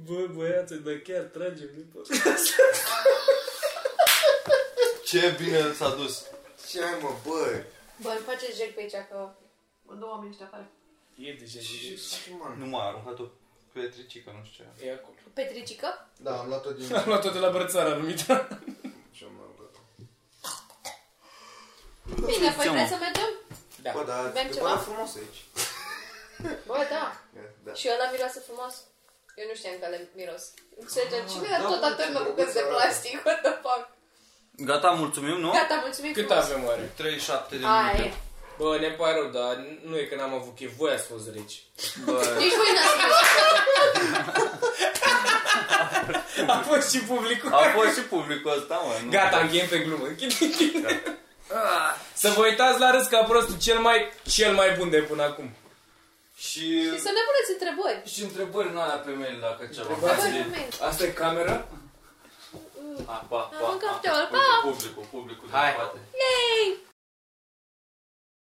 Speaker 3: Bă, băiață, dar chiar tragem din podcast.
Speaker 5: Ce bine s-a dus.
Speaker 4: Ce ai mă, bă?
Speaker 2: Bă, îmi faceți jec pe aici, că... Două oameni ăștia afară.
Speaker 3: E deja
Speaker 4: Ce,
Speaker 3: zis.
Speaker 4: ce, mă?
Speaker 5: Nu m-a aruncat o petricică, nu știu ce. era.
Speaker 3: E acolo.
Speaker 2: Petricică?
Speaker 4: Da, am luat-o din...
Speaker 3: Am luat-o de la brățara lui Mitran.
Speaker 4: Ce mă, bă?
Speaker 2: Bine, păi
Speaker 5: Ce, mă?
Speaker 2: vreți să mergem?
Speaker 3: Da.
Speaker 4: Bă, dar
Speaker 2: Bem
Speaker 4: e
Speaker 2: ceva?
Speaker 4: pare frumos aici.
Speaker 2: Bă, da.
Speaker 4: Da.
Speaker 2: Și ăla miroase frumos. Eu nu știam că le miros. Sergent, cine a
Speaker 5: da,
Speaker 2: tot
Speaker 5: bă,
Speaker 2: atârnă
Speaker 4: ce
Speaker 2: cu gâți de
Speaker 4: drăguț
Speaker 2: plastic? What the fuck?
Speaker 5: Gata, mulțumim, nu?
Speaker 2: Gata, mulțumim
Speaker 3: Cât
Speaker 2: frumos.
Speaker 3: avem oare?
Speaker 5: 37 de
Speaker 2: Aia e.
Speaker 5: minute.
Speaker 3: Bă, ne pare rău, dar nu e că n-am avut chef. Voi ați fost reci.
Speaker 5: Bă,
Speaker 2: Nici Deci voi n-ați spus.
Speaker 3: A fost și publicul.
Speaker 5: a fost și publicul ăsta, mă. nu?
Speaker 3: Gata, încheiem pe
Speaker 5: Da.
Speaker 3: glumă. Închid, închid. Ah, Să vă uitați la râs ca prostul cel mai, cel mai bun de până acum.
Speaker 5: Și...
Speaker 2: Să ne puneți întrebări.
Speaker 5: Și întrebări în alea pe mail dacă ceva.
Speaker 3: Întrebări
Speaker 2: pe mail.
Speaker 5: Asta e camera? A, pa, pa.
Speaker 2: mâncat
Speaker 5: a.
Speaker 2: pe ăla,
Speaker 5: Uite,
Speaker 2: pa.
Speaker 5: Publicul, publicul de
Speaker 3: Hai.
Speaker 5: spate.
Speaker 2: Yay!